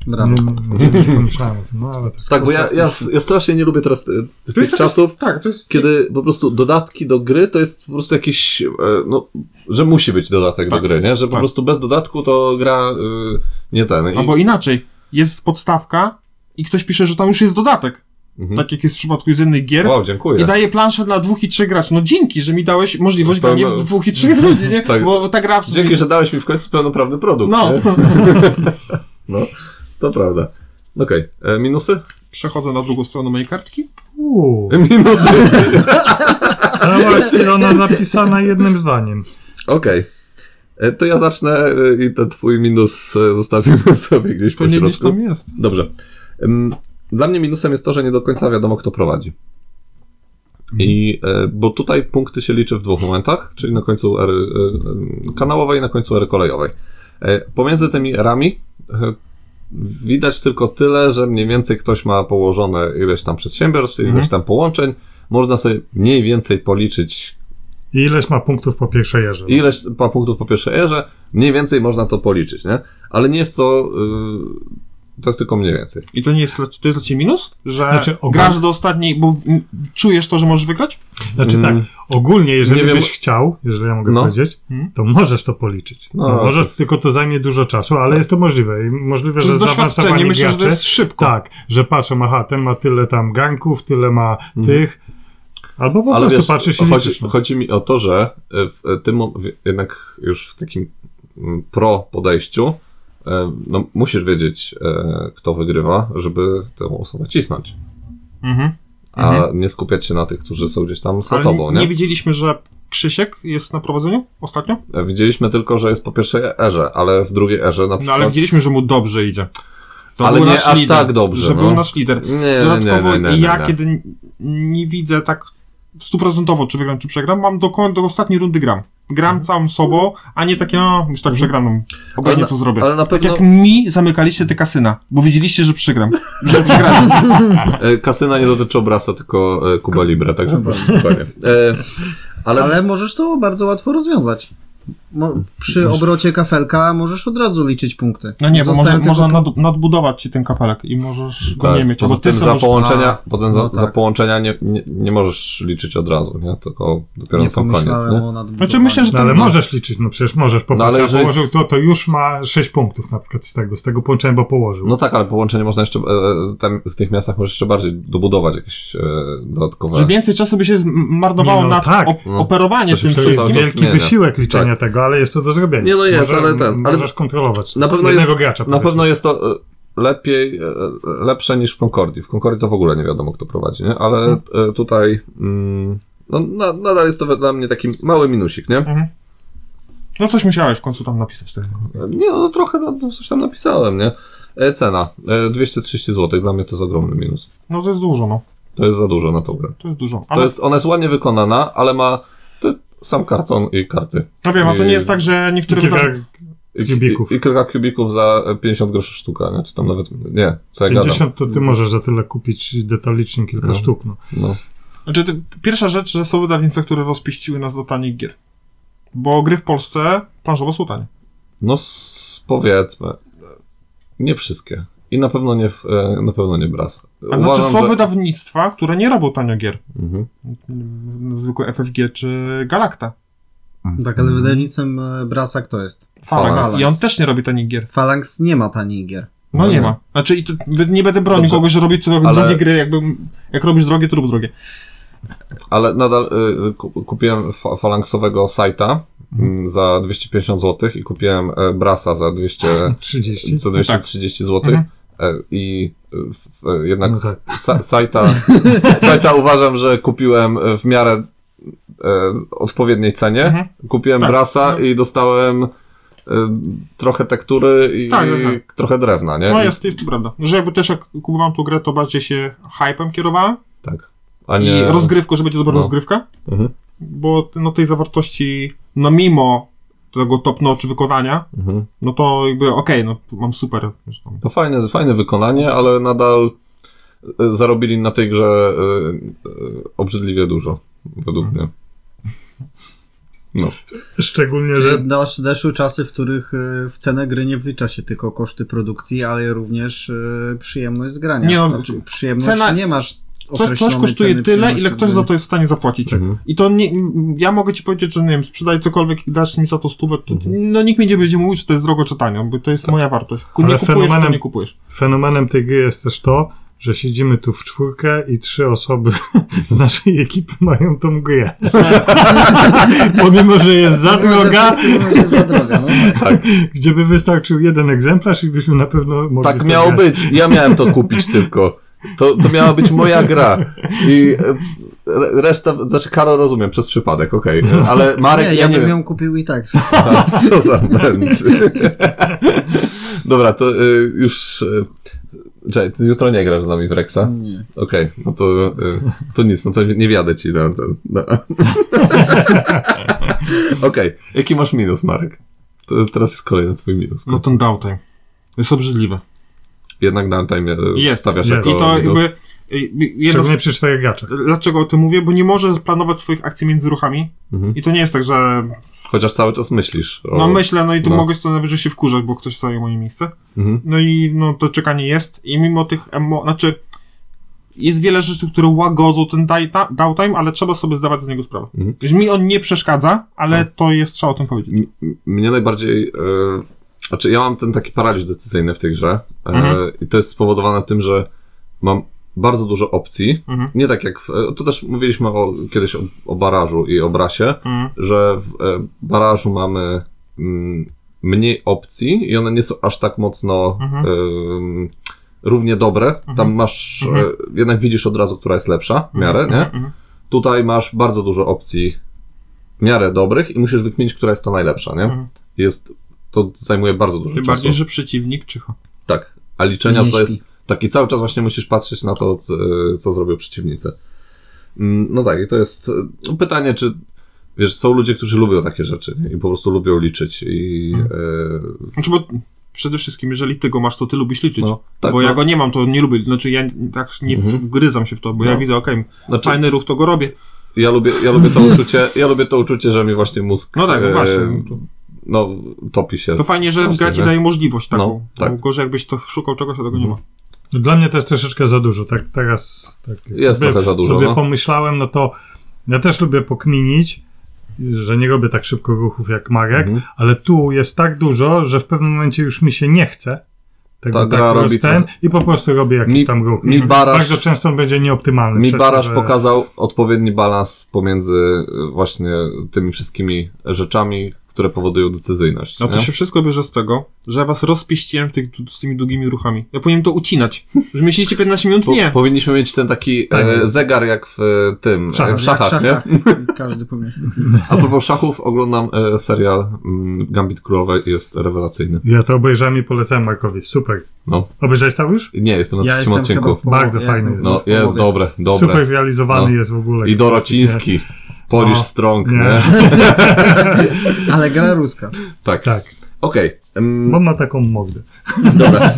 A: Brawo.
C: nie, nie, nie pomyślałem o tym, no ale tak.
B: Tak, bo ja, ja, ja strasznie nie lubię teraz e, tych czasów,
D: tak, to jest...
B: kiedy po prostu dodatki do gry to jest po prostu jakiś, e, no, że musi być dodatek
D: Tak.
B: do gry, nie? Że po
D: Tak.
B: prostu bez dodatku to gra y, nie ten. I,
D: Albo inaczej, jest podstawka i ktoś pisze, że tam już jest dodatek.
B: mhm.
D: Tak jak jest w przypadku z innych gier.
B: Wow, dziękuję.
D: I daje planszę dla dwóch i trzech graczy. No dzięki, że mi dałeś możliwość
B: Pełno-
D: grania w dwóch i
B: (laughs)
D: trzech ludzi, nie?
B: no, Tak.
D: Bo ta gra w sumie...
B: Dzięki, że dałeś mi w końcu pełnoprawny produkt. (laughs)
D: No. (laughs)
B: Nie? no, to prawda. Okej, e, minusy? (laughs)
D: Przechodzę na drugą stronę mojej kartki.
C: Uuu,
B: Minusy!
C: cała strona zapisana jednym zdaniem.
B: Okej. E, To ja zacznę e, i ten twój minus e, zostawimy (laughs) sobie gdzieś po
D: Pewnie gdzieś
B: środku.
D: tam jest.
B: Dobrze. Ym, Dla mnie minusem jest to, że nie do końca wiadomo, kto prowadzi. I, e, bo tutaj punkty się liczy w dwóch momentach, czyli na końcu ery e, kanałowej i na końcu ery kolejowej. E, Pomiędzy tymi erami e, widać tylko tyle, że mniej więcej ktoś ma położone ileś tam przedsiębiorstw, ileś
C: Mhm.
B: tam połączeń. Można sobie mniej więcej policzyć,
C: I ileś ma punktów po pierwszej jerze.
B: ileś ma punktów po pierwszej erze, mniej więcej można to policzyć, nie? Ale nie jest to, y, to jest tylko mniej więcej.
D: I to nie jest, dla- to jest dla ciebie minus? Że
C: Znaczy, ogólnie-
D: grasz do ostatniej, bo w- m, czujesz to, że możesz wygrać?
C: Znaczy tak,
B: Mm.
C: ogólnie, jeżeli
B: Nie wiem-
C: byś chciał, jeżeli ja mogę
B: No.
C: powiedzieć,
D: Mhm.
C: to możesz to policzyć.
B: No,
C: No,
B: to
C: możesz,
B: jest- No.
C: tylko to zajmie dużo czasu, ale jest to możliwe. I możliwe,
D: To
C: że
D: jest doświadczenie,
C: zaawansowanie
D: myślę, że to
C: graczy...
D: jest szybko.
C: Tak, że patrzę, aha, ten ma tyle tam ganków, tyle ma
B: Mhm.
C: tych. Albo po
B: Ale
C: prostu
B: wiesz,
C: patrzysz i
B: chodzi,
C: liczysz. no.
B: chodzi mi o to, że w tym mo- w- jednak już w takim mm, pro podejściu e, no, musisz wiedzieć, e, kto wygrywa, żeby tę osobę cisnąć,
D: Mhm.
B: a
D: Mhm.
B: nie skupiać się na tych, którzy są gdzieś tam za
D: Ale
B: tobą,
D: nie?
B: nie?
D: widzieliśmy, że Krzysiek jest na prowadzeniu ostatnio?
B: E, Widzieliśmy tylko, że jest po pierwszej erze, ale w drugiej erze na
D: No
B: przykład...
D: ale widzieliśmy, że mu dobrze idzie. To
B: Ale
D: był
B: nie
D: nasz
B: aż
D: lider,
B: tak dobrze,
D: Że
B: no.
D: był nasz lider.
B: Nie, nie,
D: Dodatkowo
B: nie, nie, nie, nie.
D: ja, kiedy n- nie widzę tak stuprocentowo, czy wygram, czy przegram, mam do, koń- do ostatniej rundy gram. Gram całą sobą, a nie takie, no, już tak przegram, no,
B: Mhm. Ale
D: obojętnie
B: na-
D: co zrobię.
B: ale no- na
D: Tak
B: pewno-
D: jak mi zamykaliście te kasyna, bo wiedzieliście, że przegram. Że przegram.
B: E, Kasyna nie dotyczy obrasa, tylko e, Kuba Libre, także proszę, spokojnie. E, ale,
A: Ale możesz to bardzo łatwo rozwiązać. Mo- przy obrocie kafelka możesz od razu liczyć punkty.
D: No nie, bo
A: Zostają
D: można,
A: tylko
D: można
A: pu-
D: nad, nadbudować ci ten kapelek i możesz go
B: Tak,
D: nie mieć,
B: poza
D: bo ty
B: tym za
D: sam możesz...
B: połączenia,
A: A,
B: potem za,
A: no tak.
B: za połączenia nie, nie, nie możesz liczyć od razu, nie? tylko dopiero
A: nie
B: na sam koniec.
A: pomyślałem
B: Nie?
A: o nadbudowaniu.
D: Znaczy myślę, że
C: No,
D: ten,
C: ale możesz liczyć, no przecież możesz
B: No, ale
C: popatrzeć. No,
B: jeżeli
C: ja położył
B: jest-
C: to, to już ma 6 punktów na przykład z tego, z tego połączenia, bo położył.
B: No tak, ale połączenie można jeszcze, e, tam, w tych miastach możesz jeszcze bardziej dobudować jakieś e, dodatkowe...
D: Że więcej czasu by się zmarnowało
C: Nie, no
D: na
C: tak.
D: op-
B: No.
D: operowanie
B: To się
D: tym
C: to
B: przecież
C: jest
B: cały
D: wszystkim.
B: czas
C: wielki
B: zmienia. Tak.
C: wysiłek liczenia tego, ale jest to do zrobienia.
B: Nie, no jest, ale ten,
C: m-
B: ale-
C: Możesz kontrolować.
B: Na pewno
C: Jednego
B: jest-
C: gracza.
B: Na
C: powiedzmy.
B: pewno jest to e, lepiej, e, lepsze niż w Concordii. W Concordii to w ogóle nie wiadomo, kto prowadzi, nie? ale
A: Hmm.
B: e, tutaj mm, no, na, nadal jest to dla mnie taki mały minusik, nie?
D: Mhm. No coś musiałeś w końcu tam napisać. Tego.
B: Nie, no trochę no, coś tam napisałem, nie? E, Cena e, 230 zł, dla mnie to jest ogromny minus.
D: No to jest dużo, no.
B: To jest za dużo na tą grę.
D: To jest dużo.
B: To
D: Ale
B: jest, ona jest ładnie wykonana, ale ma. To jest sam karton i karty.
D: no wiem, a to
B: yy,
D: nie jest tak, że niektóre
B: (laughs)
C: Kilka
D: wydarzenia...
C: Kubików.
B: I, I kilka kubików za 50 groszy sztuka, nie? Czy tam nawet, nie, co ja gadam.
C: 50 to ty możesz za tyle kupić detalicznie kilka
B: No.
C: sztuk. No.
B: No.
D: Znaczy, ty- pierwsza rzecz, że są wydawnictwa, które rozpiściły nas do tanich gier. Bo gry w Polsce planszowo są tanie.
B: no s- powiedzmy, nie wszystkie. I na pewno nie, w- e, na pewno nie Bras.
D: A znaczy są wydawnictwa, które nie robią tanio gier.
B: Mhm.
D: Mm, Zwykłe FFG czy Galacta.
B: Mm.
A: Tak, ale wydawnictwem e, Brasa kto jest?
D: Phalanx.
A: Phalanx.
D: Tak. I on też nie robi tanich gier.
A: Phalanx nie ma tanich gier.
D: No
B: No
D: nie
B: nie.
D: ma. Znaczy i tu nie będę bronił
B: Dobrze.
D: kogoś, że robi co-
B: Ale-
D: drogie gry, jakby jak robisz drogie, to rób drogie.
B: Ale nadal y, ku- kupiłem fa- falanksowego sajta
D: Mhm.
B: mm, za 250 zł i kupiłem e, Brasa
D: (laughs)
B: za 200,
C: 30.
B: za 230 zł.
D: Mhm.
B: E, I y, f- f- e, jednak
C: No tak.
B: sa- sajta, sajta uważam, że kupiłem e, w miarę e, odpowiedniej cenie.
D: Mhm.
B: Kupiłem
D: Tak.
B: Brasa i dostałem e, trochę tektury i
D: Tak, tak,
B: trochę drewna, nie?
D: No
B: I-
D: jest, jest to prawda. Że jakby też jak kupowałem tą grę, to bardziej się hypem kierowałem
B: Tak. A
D: i
B: nie...
D: rozgrywką, że będzie dobra
B: No.
D: rozgrywka,
B: Mhm,
D: bo no tej zawartości, no mimo tego top notch wykonania,
B: mhm.
D: no to jakby okej, no mam super. wiesz, tam.
B: To fajne, fajne wykonanie, ale nadal e, zarobili na tej grze e, e, obrzydliwie dużo, według
D: Mhm.
B: mnie. No.
C: Szczególnie,
A: Czyli
C: że
A: dosz- Doszły czasy, w których e, w cenę gry nie wlicza się tylko koszty produkcji, ale również e, przyjemność z grania.
D: Nie, no,
A: znaczy, przyjemność
D: cena-
A: nie masz
D: Coś, coś
A: określonej
D: kosztuje
A: ceny
D: tyle, ile
A: przyjemności
D: ktoś
A: z
D: za
A: gry.
D: to jest w stanie zapłacić.
B: Mhm.
D: I to nie, m, ja mogę ci powiedzieć, że nie wiem, sprzedaj cokolwiek i dasz mi za to stówę, to, no nikt mi nie będzie mówił, czy to jest drogo, czy tanio, bo to jest moja wartość. Ku- Nie
C: Ale
D: kupujesz, to
C: fenomenem-
D: nie kupujesz.
C: fenomenem tej gry jest też to, że siedzimy tu w czwórkę i trzy osoby (laughs) z naszej ekipy mają tą grę. Pomimo, że jest za
A: Mimo, że
C: droga,
A: wszyscy mówią, że jest za droga. No.
B: tak.
C: gdzie by wystarczył jeden egzemplarz i byśmy na pewno mogli w
B: Tak
C: to
B: miało
C: grać.
B: być. Ja miałem to
D: (laughs)
B: kupić tylko. To, to miała być moja gra. I e, re- reszta, znaczy Karo rozumiem, przez przypadek, okej.
D: No.
B: Ale Marek,
A: nie,
B: ja,
A: ja
B: nie
A: bym
B: wiem.
A: ją kupił i tak.
B: A, Co za błęd.
A: (laughs)
B: Dobra, to y, już... Y, czekaj, ty jutro nie grasz z nami w Rexa?
A: Nie.
B: Okej, no to, y, to nic, no to nie wiadę ci na ten. Na... (laughs) Okej, jaki masz minus, Marek? To teraz jest kolejny twój minus.
D: No ten downtime. Jest obrzydliwy.
B: Jednak downtime e,
D: Jest,
B: stawiasz
C: jest.
B: jako
D: I to
B: minus.
D: jakby... y, y, Jedno z,
C: Szczególnie przy czterech graczach.
D: dlaczego o tym mówię? Bo nie możesz planować swoich akcji między ruchami
B: Mhm.
D: i to nie jest tak, że
B: Chociaż cały czas myślisz. O...
D: no myślę, no i tu
B: no.
D: mogę co najwyżej się wkurzać, bo ktoś zajął moje miejsce.
B: Mhm.
D: No i no, to czekanie jest i mimo tych emo... Znaczy, jest wiele rzeczy, które łagodzą ten dajta- downtime, ale trzeba sobie zdawać z niego sprawę.
B: Mhm.
D: Już mi on nie przeszkadza, ale to jest, trzeba o tym powiedzieć.
B: M- m- Mnie najbardziej. E... Znaczy, ja mam ten taki paraliż decyzyjny w tej grze. E...
D: Mhm.
B: I to jest spowodowane tym, że mam bardzo dużo opcji.
D: Mhm.
B: Nie tak jak. W... e, To też mówiliśmy o, kiedyś o, o barażu i o brasie.
D: Mm.
B: że w e, barażu mamy mm, mniej opcji i one nie są aż tak mocno
D: Mhm.
B: em, równie dobre. Tam masz,
D: Mhm.
B: e, jednak widzisz od razu, która jest lepsza w miarę,
D: Mhm,
B: nie?
D: mhm.
B: Tutaj masz bardzo dużo opcji w miarę dobrych i musisz wykminić, która jest ta najlepsza, nie?
D: Mhm.
B: Jest, to zajmuje bardzo dużo
D: Tym
B: czasu.
D: bardziej, że przeciwnik czyha.
B: Tak. A liczenia
A: Nie
B: to jest
A: śpi.
B: taki cały czas właśnie musisz patrzeć na to, co, co zrobią przeciwnicy. Mm, No tak, i to jest e, pytanie, czy wiesz, są ludzie, którzy lubią takie rzeczy nie? i po prostu lubią liczyć i e,
D: Znaczy, bo przede wszystkim, jeżeli ty go masz, to ty lubisz liczyć.
B: no, tak,
D: bo
B: no,
D: ja go nie mam, to nie lubię. Znaczy, ja tak nie
B: Mhm.
D: wgryzam się w to, bo ja
B: No.
D: widzę, okej,
B: znaczy,
D: fajny ruch, to go robię.
B: ja lubię, ja lubię
D: (laughs)
B: to uczucie, ja lubię to uczucie, że mi właśnie mózg
D: No tak,
B: e,
D: właśnie. no to-
B: no, topi się.
D: To fajnie, że
B: strasznie,
D: gra ci
B: nie?
D: daje możliwość taką.
B: No, tak.
D: Tylko, że jakbyś to szukał czegoś, a tego nie ma.
B: Mhm.
C: No Dla mnie to jest troszeczkę za dużo. Tak teraz tak jak
B: Jest trochę za dużo,
C: sobie
B: no.
C: pomyślałem, no to ja też lubię pokminić, że nie robię tak szybko ruchów jak Marek,
B: Mhm.
C: ale tu jest tak dużo, że w pewnym momencie już mi się nie chce. Tego
B: Ta
C: tak
B: gra
C: roz-
B: robi
C: ten i po prostu robię jakiś
B: Mi-
C: tam ruch. Mhm.
B: mi baraż-
C: Bardzo często on będzie nieoptymalny.
B: Mi
C: przez to,
B: baraż
C: że-
B: pokazał odpowiedni balans pomiędzy e, właśnie tymi wszystkimi rzeczami, które powodują decyzyjność.
D: No to
B: nie?
D: się wszystko bierze z tego, że ja was rozpiściłem tych, z tymi długimi ruchami. Ja powinienem to ucinać. Że myślicie 15 minut?
B: Po,
D: Nie.
B: Powinniśmy mieć ten taki
C: Tak.
B: e, zegar jak w e, tym,
C: W szachach.
B: e, w szachach,
A: Jak
B: nie?
A: w
B: No,
A: szachach. tak, Każdy
B: (laughs)
A: powinien sobie.
B: A propos szachów, oglądam e, serial mm, Gambit Królowej, jest rewelacyjny.
C: Ja to obejrzałem i polecałem Markowi. Super.
B: No.
C: Obejrzałeś tam już?
B: Nie, jestem na
A: Ja
B: trzecim
A: jestem
B: odcinku.
A: chyba w połowie,
C: Bardzo
A: ja
C: fajny
A: jestem
C: jest.
B: No,
A: w
B: jest
A: połowie.
B: dobre, dobre.
C: Super zrealizowany
B: No.
C: jest w ogóle.
B: I Dorociński, Polish Strong,
C: Nie.
B: nie?
A: Ale gra ruska.
B: Tak.
C: Tak.
B: Okej, em,
C: Bo ma taką mordę.
B: dobra.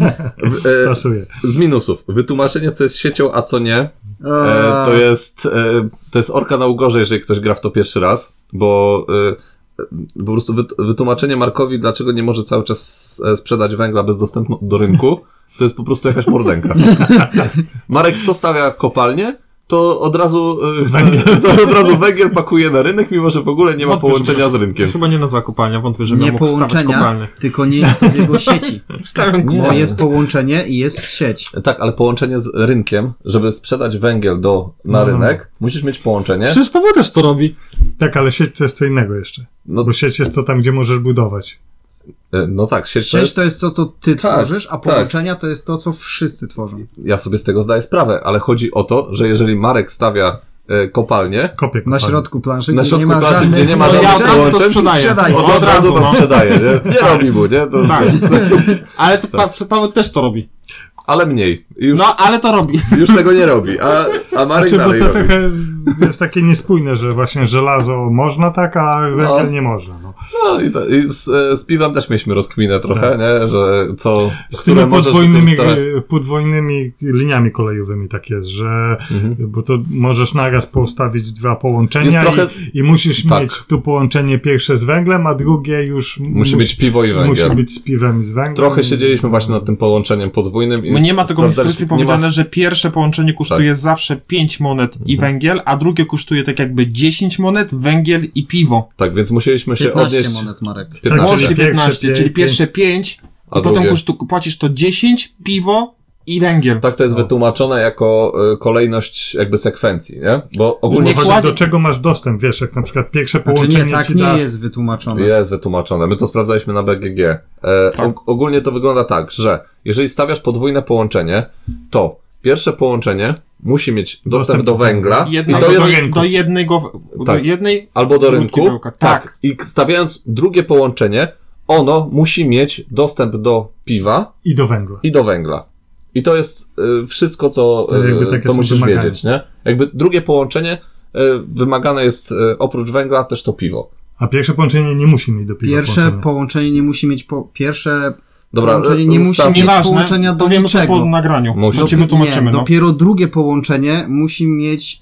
B: W,
C: (laughs)
B: e,
C: Pasuje.
B: z minusów. Wytłumaczenie, co jest siecią, a co nie, (laughs) E,
A: Eee,
B: to jest e, to jest orka na ugorze, jeżeli ktoś gra w to pierwszy raz, bo e, po prostu wyt, wytłumaczenie Markowi, dlaczego nie może cały czas e, sprzedać węgla bez dostępu do rynku, to jest po prostu jakaś mordenka. Marek, co stawia kopalnie? To od razu e, chce, (laughs) to od razu węgiel pakuje na rynek, mimo że w ogóle nie ma
D: Wątpię,
B: połączenia
D: żeby-
B: z rynkiem.
D: Chyba nie na zakopalnia, wątpię, że
A: nie
D: miał mógł stawiać
A: połączenia,
D: kopalnie.
A: tylko nie jest to w
B: (laughs)
A: jego sieci.
D: Wstawiam
A: Bo
D: kopalnię.
A: jest połączenie i jest sieć.
B: Tak, ale połączenie z rynkiem, żeby sprzedać węgiel do, na
C: No.
B: rynek, musisz mieć połączenie.
E: Przecież Paweł też to robi.
C: Tak, ale sieć to jest co innego jeszcze.
B: No,
C: Bo sieć jest to tam, gdzie możesz budować.
B: e, no tak, sieć to
A: Sieć
B: jest...
A: to jest to, co ty
B: Tak,
A: tworzysz, a
B: tak.
A: połączenia to jest to, co wszyscy tworzą.
B: ja sobie z tego zdaję sprawę, ale chodzi o to, że jeżeli Marek stawia e, kopalnię,
C: Kopię
A: Na
C: kopalnię.
A: środku planszy,
B: Na
A: gdzie,
B: środku
A: nie ma
B: planszy,
A: żadnych
B: gdzie nie ma
A: no,
B: żadnych
A: ja
B: połączeń,
A: to
B: to
A: sprzedaję.
D: sprzedaję.
B: to
A: sprzedaję.
D: O,
B: od razu to
D: no.
B: sprzedaje, nie? Nie robi mu, nie? To,
D: Tak.
B: (laughs)
D: Ale to pa, Paweł też to robi.
B: Ale mniej. I Już,
D: No, ale to robi.
B: już tego nie robi, a, a Marek
C: Znaczy, bo
B: dalej
C: to
B: robi.
C: trochę jest takie niespójne, że właśnie żelazo można tak, a węgiel
B: No.
C: nie można. No.
B: No i, to, i z, e, z piwem też mieliśmy rozkminę trochę, nie? Że co,
C: Z
B: które
C: tymi
B: możesz
C: podwójnymi,
B: wykorzystać.
C: e, podwójnymi liniami kolejowymi tak jest, że
B: Mhm.
C: bo to możesz naraz postawić dwa połączenia
B: Jest trochę-
C: i, i musisz
B: tak.
C: mieć tu połączenie pierwsze z węglem, a drugie już m-
B: Musi być piwo i węgiel.
C: musi być z piwem i z węglem. Tak,
B: Trochę siedzieliśmy właśnie nad tym połączeniem podwójnym. I
D: nie ma tego w
B: sprawdzaliśmy-
D: instrukcji
B: nie ma- Tak.
D: powiedziane, że pierwsze połączenie kosztuje zawsze 5 monet
B: Mhm.
D: i węgiel, a drugie kosztuje tak jakby 10 monet, węgiel i piwo.
B: Tak, więc musieliśmy się
A: 15
B: odnieść...
A: monet, Marek.
B: 15,
C: Czyli
D: Łącznie
C: pierwsze
D: 15,
C: pięć,
D: czyli pierwsze 5,
B: a
D: i potem
B: drugie.
D: kosztu, płacisz to 10, piwo i węgiel.
B: Tak to jest
C: No.
B: wytłumaczone jako y, kolejność jakby sekwencji, nie? Bo ogólnie
C: Nie
D: Nie
C: chodzi,
D: kładzie-
C: do czego masz dostęp, wiesz, jak na przykład pierwsze
A: Znaczy
C: połączenie
A: nie, tak
C: ci
A: nie
C: da...
A: jest wytłumaczone.
B: Jest wytłumaczone. My to sprawdzaliśmy na BGG. E,
D: Tak.
B: og- ogólnie to wygląda tak, że jeżeli stawiasz podwójne połączenie, to pierwsze połączenie musi mieć dostęp,
C: Dostęp
B: do
C: do
B: węgla
D: Jednego,
B: Tak. i to
D: do,
B: jest,
C: do rynku.
D: do jednego, do
B: Tak.
D: jednej,
B: albo do
D: do
B: rynku.
D: pudełka.
B: Tak.
D: Tak.
B: I stawiając drugie połączenie, ono musi mieć dostęp do piwa
C: I do węgla.
B: i do węgla. I to jest y, wszystko, co,
C: To jakby
B: y,
C: takie
B: co
C: są
B: musisz
C: wymagania.
B: wiedzieć, nie? Jakby drugie połączenie y, wymagane jest y, oprócz węgla też to piwo.
C: A pierwsze połączenie nie musi mieć do piwa
A: Pierwsze
C: połączenia.
A: połączenie nie musi mieć po... Pierwsze
B: Dobra,
D: No,
A: połączenie
B: y,
A: nie musi
B: zostawmy-
A: mieć
D: Nieważne,
A: połączenia do
D: powiemy to po
A: niczego.
D: nagraniu.
B: Musi.
D: Musi. To ci wytłumaczymy,
A: nie,
D: no.
A: dopiero drugie połączenie musi mieć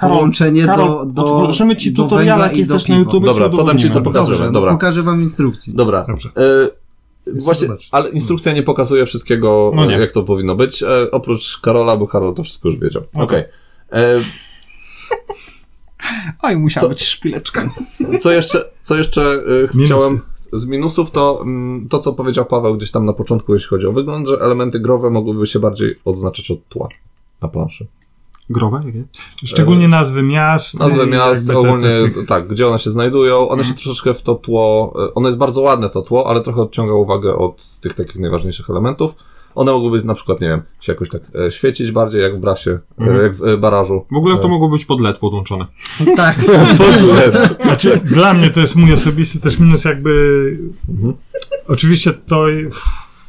A: połączenie do, do,
D: otworzymy ci
A: do
D: tutoriala,
A: węgla
D: jak
A: i do
D: jesteś na
A: piwa.
D: YouTube.
B: Dobra, potem ci to pokażę. Pokażemy,
A: Dobrze,
B: dobra.
A: dobra. pokażę wam instrukcję.
B: Dobra.
C: Dobrze.
B: E, właśnie,
C: zobaczyć.
B: ale instrukcja nie pokazuje wszystkiego,
D: No nie.
B: e, jak to powinno być. E, oprócz Karola, bo Karol to wszystko już wiedział. Okej.
D: Okej.
B: E,
D: Oj, musiała
B: Co-
D: być szpileczka.
B: Y, Co jeszcze,
C: (laughs)
B: co jeszcze e, chciałem z minusów, to mm, to, co powiedział Paweł gdzieś tam na początku, jeśli chodzi o wygląd, że elementy growe mogłyby się bardziej odznaczać od tła na planszy.
D: Growe? jakie?
C: Szczególnie nazwy miast.
B: E, Nazwy
C: i
B: miast,
C: jakby te- te-
B: ogólnie
C: tych- Mhm.
B: tak, gdzie one się znajdują, one się troszeczkę w to tło, e, ono jest bardzo ładne to tło, ale trochę odciąga uwagę od tych takich najważniejszych elementów. One mogłyby na przykład, nie wiem, się jakoś tak e, świecić bardziej, jak w brasie, e,
D: Mhm.
B: jak w e, barażu.
D: W ogóle to
B: E,
D: mogło być pod LED podłączone.
A: Tak,
B: (laughs)
C: Znaczy, dla mnie to jest mój osobisty też minus jakby...
B: Mhm.
C: Oczywiście to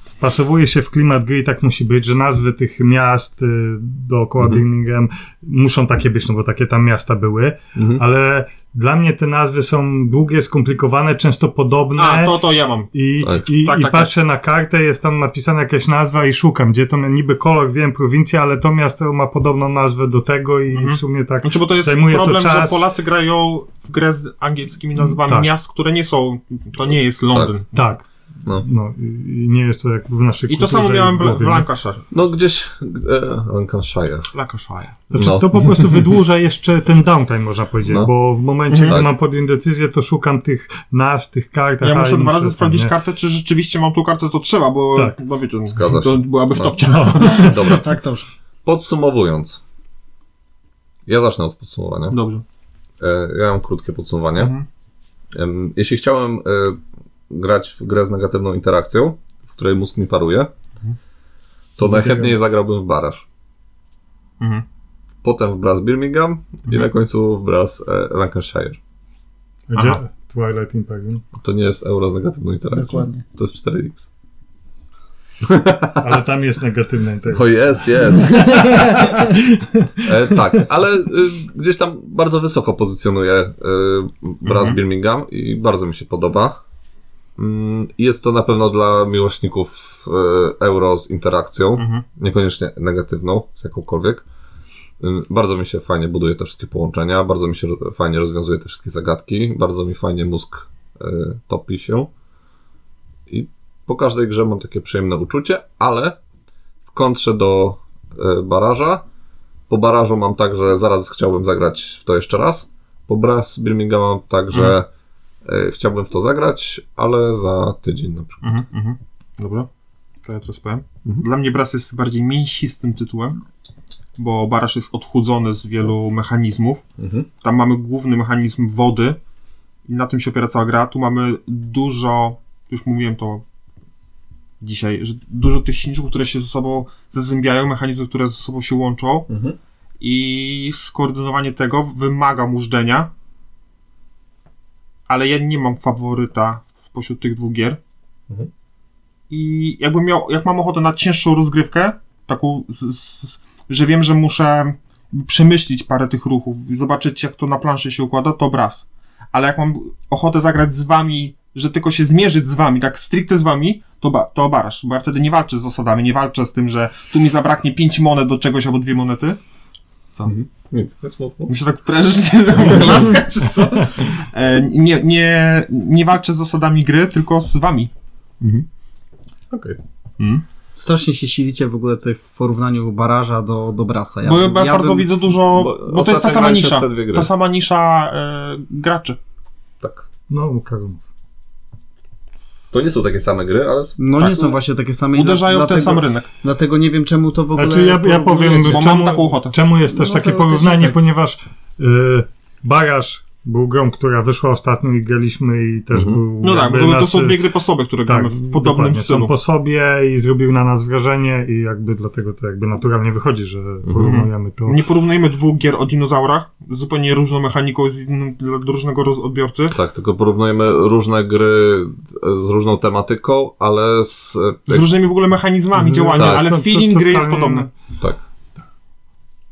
C: wpasowuje się w klimat gry i tak musi być, że nazwy tych miast y, dookoła
B: Mhm.
C: Birmingham muszą takie być, no bo takie tam miasta były,
B: Mhm.
C: ale dla mnie te nazwy są długie, skomplikowane, często podobne.
D: A, to, to ja mam.
C: I,
B: Tak.
C: i,
D: Tak,
C: i
D: tak,
C: patrzę na kartę, jest tam napisana jakaś nazwa i szukam, gdzie to mia- niby kolor, wiem, prowincja, ale to miasto ma podobną nazwę do tego i w
D: Mhm.
C: sumie tak.
D: Znaczy, bo to jest
C: Zajmuje to
D: problem,
C: czas.
D: że Polacy grają w grę z angielskimi nazwami
C: Tak.
D: miast, które nie są, to nie jest Londyn.
C: Tak.
B: No.
C: No. i- i nie jest to jak w naszej
D: I to
C: Tak. kulturze
D: samo miałem w,
C: głowie,
D: w
C: nie?
D: Lancashire.
B: No gdzieś e, Lancashire.
D: Lancashire.
C: Znaczy,
B: No.
C: To po
D: (laughs)
C: prostu wydłuża jeszcze ten downtime, można powiedzieć,
B: No.
C: bo w momencie,
B: Mhm.
C: gdy
B: Tak.
C: mam podjąć decyzję, to szukam tych nazw, tych kart.
D: Ja
C: aha,
D: muszę
C: i
D: dwa razy
C: tam,
D: sprawdzić
C: nie?
D: kartę, czy rzeczywiście mam tu kartę, co trzeba, bo
C: Tak.
D: no wiecie,
B: Zgadza
D: to
B: się.
D: byłaby w
B: No.
D: topcie.
B: Dobra,
A: tak to już.
B: podsumowując. Ja zacznę od podsumowania.
C: No.
D: Dobrze.
B: E, Ja mam krótkie podsumowanie.
D: Mhm.
B: Em, Jeśli chciałem e, grać w grę z negatywną interakcją, w której mózg mi paruje, to najchętniej zagrałbym w Baraż.
D: Mhm.
B: Potem w Brass Birmingham i na końcu w Brass e, Lancashire.
C: Gdzie?
D: Aha.
C: Twilight Imperium.
B: To nie jest euro z negatywną interakcją.
A: Dokładnie.
B: To jest 4x.
C: Ale tam jest negatywna interakcja.
B: O jest, jest. e, tak, ale y, gdzieś tam bardzo wysoko pozycjonuje y, Brass
D: Mhm.
B: Birmingham i bardzo mi się podoba. Mm, Jest to na pewno dla miłośników e, euro z interakcją,
D: Mhm.
B: niekoniecznie negatywną, z jakąkolwiek. Mm, Bardzo mi się fajnie buduje te wszystkie połączenia, bardzo mi się ro- fajnie rozwiązuje te wszystkie zagadki, bardzo mi fajnie mózg e, topi się. I po każdej grze mam takie przyjemne uczucie, ale w kontrze do e, baraża, po barażu mam tak, że zaraz chciałbym zagrać w to jeszcze raz. Po Brass Birmingham mam tak, że E, Chciałbym w to zagrać, ale za tydzień na przykład.
D: Mhm, mhm. Dobra, to ja teraz powiem.
B: Mhm.
D: Dla mnie Brass jest bardziej mięsistym tytułem, bo Barasz jest odchudzony z wielu mechanizmów.
B: Mhm.
D: Tam mamy główny mechanizm wody i na tym się opiera cała gra. Tu mamy dużo, już mówiłem to dzisiaj, że dużo tych silniczków, które się ze sobą zazębiają, mechanizmów, które ze sobą się łączą
B: Mhm.
D: i skoordynowanie tego wymaga mużdżenia. Ale ja nie mam faworyta spośród tych dwóch gier.
B: Mhm.
D: I jakbym miał, jak mam ochotę na cięższą rozgrywkę, taką, z, z, że wiem, że muszę przemyślić parę tych ruchów i zobaczyć, jak to na planszy się układa, to braz. Ale jak mam ochotę zagrać z wami, że tylko się zmierzyć z wami, tak stricte z wami, to, ba, to barasz. Bo ja wtedy nie walczę z zasadami, nie walczę z tym, że tu mi zabraknie pięć monet do czegoś albo dwie monety.
B: Nic, chodź mów, mów.
D: Mi się tak prężysz, nie wiem, laska czy co? E, nie, nie, nie walczę z zasadami gry, tylko z wami.
B: Okej.
A: Strasznie się silicie w ogóle tutaj w porównaniu baraża do, do brasa.
D: bo ja,
A: bym-
D: bardzo
A: bym-
D: widzę dużo, bo, to jest ta
B: ostatnio
D: sama
B: grałem się
D: nisza.
B: w Te dwie gry.
D: Ta sama nisza e, graczy.
B: Tak.
C: No, Kago mówi.
B: To nie są takie same gry, ale są
A: No
B: tak.
A: nie są właśnie takie same. i
D: Uderzają w ten
A: dlatego,
D: sam rynek.
A: Dlatego nie wiem czemu to w ogóle
C: Znaczy ja, ja powiem,
A: porównujecie.
D: Bo mam
C: czemu,
D: taką ochotę.
C: czemu jest też
A: No
C: takie
A: to
C: porównanie,
A: też tak.
C: ponieważ y, Baraż był grą, która wyszła ostatnio i graliśmy i też
B: Mhm.
C: był
D: No tak,
C: jakby
D: bo to
C: nas- tak,
D: są dwie gry po sobie, które gramy w podobnym
C: dokładnie,
D: stylu.
C: Są po sobie i zrobił na nas wrażenie i jakby dlatego to jakby naturalnie wychodzi, że porównujemy to.
D: Mhm. Nie porównujemy dwóch gier o dinozaurach z zupełnie różną mechaniką z innym, dla różnego roz- odbiorcy.
B: Tak, tylko porównujemy różne gry e, z różną tematyką, ale z... e,
D: Z różnymi w ogóle mechanizmami
C: Tak. Z-
D: działania,
B: tak.
D: ale
C: To- to
D: feeling gry jest
C: totalnie-
D: podobny.
B: Tak.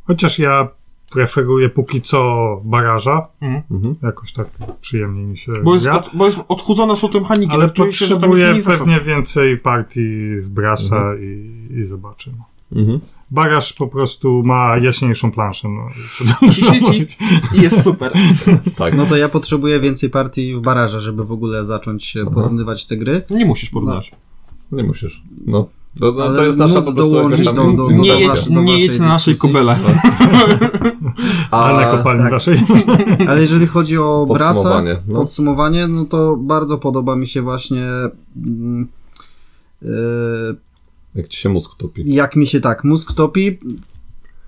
C: Chociaż ja preferuję póki co Baraża,
B: Mhm.
C: jakoś tak przyjemniej mi się
D: Bo jest,
C: gra.
D: od, bo jest odchudzone są te mechaniki.
C: Ale
D: tak czuję się, że tam
C: potrzebuję
D: jest mniej Mhm. zasad.
C: pewnie więcej partii w Brasa i, i zobaczymy.
B: Mhm.
C: Baraż po prostu ma jaśniejszą planszę. No, i co tam
D: I sieci i jest super.
B: Tak.
A: No to ja potrzebuję więcej partii w baraża, żeby w ogóle zacząć się
B: Aha.
A: porównywać te gry.
D: Nie musisz porównać.
B: Nie musisz. No. No, no, to
A: Ale
B: jest nasza
A: móc
B: po prostu
A: dołączyć
B: jakaś
A: do-
B: tam
A: do- do-
B: intencja.
D: nie
A: dobra,
D: jedź,
A: do
D: nie
A: waszej
D: jedź na naszej
A: dyskusji.
D: kobele.
C: A na kopalni
A: tak.
C: waszej.
A: Ale jeżeli chodzi o brasa,
B: (laughs) Podsumowanie, no.
A: podsumowanie, no to bardzo podoba mi się właśnie mm, yy,
B: Jak ci się mózg topi.
A: jak mi się tak mózg topi,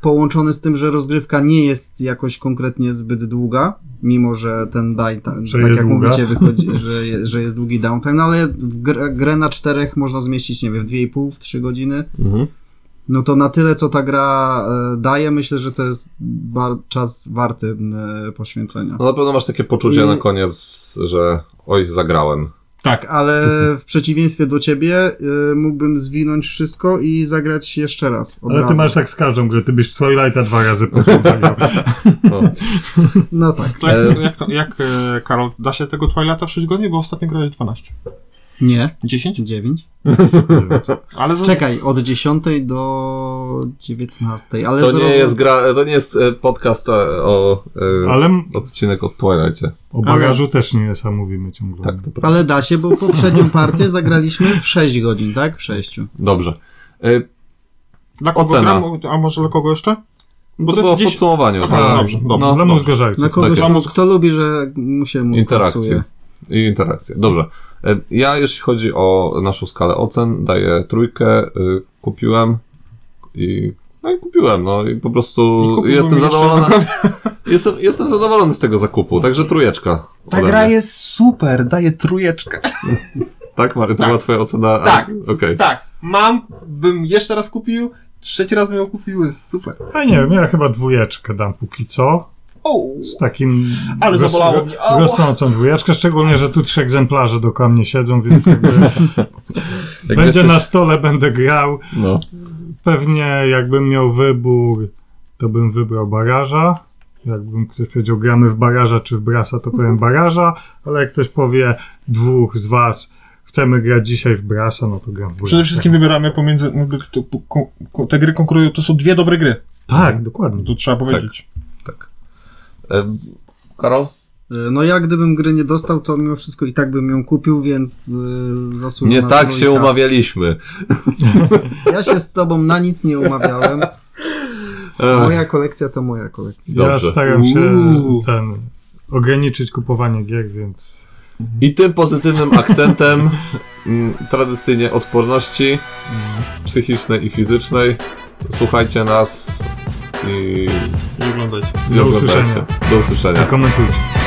A: połączony z tym, że rozgrywka nie jest jakoś konkretnie zbyt długa, mimo że ten daj, ta,
C: Że
A: tak
C: jest
A: jak
C: długa.
A: mówicie, wychodzi,
C: (laughs)
A: że, je, że jest długi downtime, no ale w grę, grę na czterech można zmieścić, nie wiem, w 2,5, w 3 godziny.
B: Mhm.
A: No to na tyle, co ta gra e, daje, myślę, że to jest bar- czas warty e, poświęcenia.
B: No na pewno masz takie poczucie
A: I-
B: na koniec, że oj, zagrałem.
A: Tak, ale w przeciwieństwie do ciebie y, mógłbym zwinąć wszystko i zagrać jeszcze raz. Od
C: Ale ty
A: razu.
C: masz tak z każdą grę. Ty byś Twilighta dwa razy poszedł. zagrał.
B: No.
A: No tak.
D: To jak, jak, to- jak e, Karol, da się tego Twilighta w 6 godzin? Bo ostatnio grałeś 12.
A: Nie,
D: 10?
A: 9.
D: Ale za...
A: Czekaj, od 10 do 19, ale
B: To nie
A: zrozum-
B: jest gra, to nie jest e, podcast e, o... e,
C: Ale m-
B: Odcinek o Twilightie.
C: o Barażu też nie jest, a mówimy ciągle.
B: Tak, to prawda.
A: Ale da się, bo poprzednią partię zagraliśmy w 6 godzin, tak? W 6.
B: Dobrze. E,
D: Dla kogo
B: Ocena.
D: gram? A może dla kogo jeszcze?
B: Bo to,
D: to
B: było w
D: gdzieś-
B: podsumowaniu.
D: Aha,
B: tak.
D: dobrze, dobrze.
C: Dla
B: No,
C: mózgożajców.
A: Dla kogoś,
B: jest.
A: kto, kto lubi, że mu się mu pasuje.
B: interakcje. I interakcje. Dobrze. E, Ja, jeśli chodzi o naszą skalę ocen, daję trójkę. y, Kupiłem i. No i kupiłem, no i po prostu
D: I kupiłbym
B: jestem
D: jeszcze
B: zadowolony. (laughs) Jestem, jestem zadowolony z tego zakupu, także trójeczka. ode mnie.
D: jest super, daje trujeczkę.
B: Tak, Mary, to
D: Tak.
B: była twoja ocena. A,
D: Tak.
B: Okej.
D: Tak, mam, bym jeszcze raz kupił, trzeci raz bym ją kupił, jest super.
C: A nie wiem, ja chyba dwójeczkę dam póki co.
D: O,
C: Z takim
D: Ale
C: ros-
D: zabolało mnie. Au.
C: rosnącą dwójeczkę, szczególnie, że tu trzy egzemplarze dookoła mnie siedzą, więc jakby
B: Jak
C: będzie
B: Tak, jesteś-
C: na stole, będę grał.
B: No.
C: Pewnie jakbym miał wybór, to bym wybrał baraża. Jakbym ktoś powiedział
D: Mhm.
C: gramy w baraża czy w brasa, to powiem baraża, ale jak ktoś powie dwóch z was chcemy grać dzisiaj w Brasa, no to gram w
D: Przede
C: Brasa.
D: wszystkim wybieramy pomiędzy. no, to- to- ko- ko- Te gry konkurują, to są dwie dobre gry.
C: Tak, dokładnie.
D: To trzeba powiedzieć.
B: Tak. E, Karol?
A: Y, No ja gdybym gry nie dostał, to mimo wszystko i tak bym ją kupił, więc y, zasłużona
B: Nie tak
A: trójka.
B: się umawialiśmy.
A: Ja się z tobą na nic
B: (laughs)
A: nie umawiałem. Moja kolekcja to moja kolekcja.
C: Ja
B: Dobrze.
C: staram się
D: Uuu.
C: ten ograniczyć kupowanie gier, więc
B: I tym pozytywnym akcentem mm, tradycyjnie odporności psychicznej i fizycznej. Słuchajcie nas i
D: I oglądajcie.
B: i
C: Do
B: oglądajcie.
C: usłyszenia.
B: Do usłyszenia.
C: komentujcie.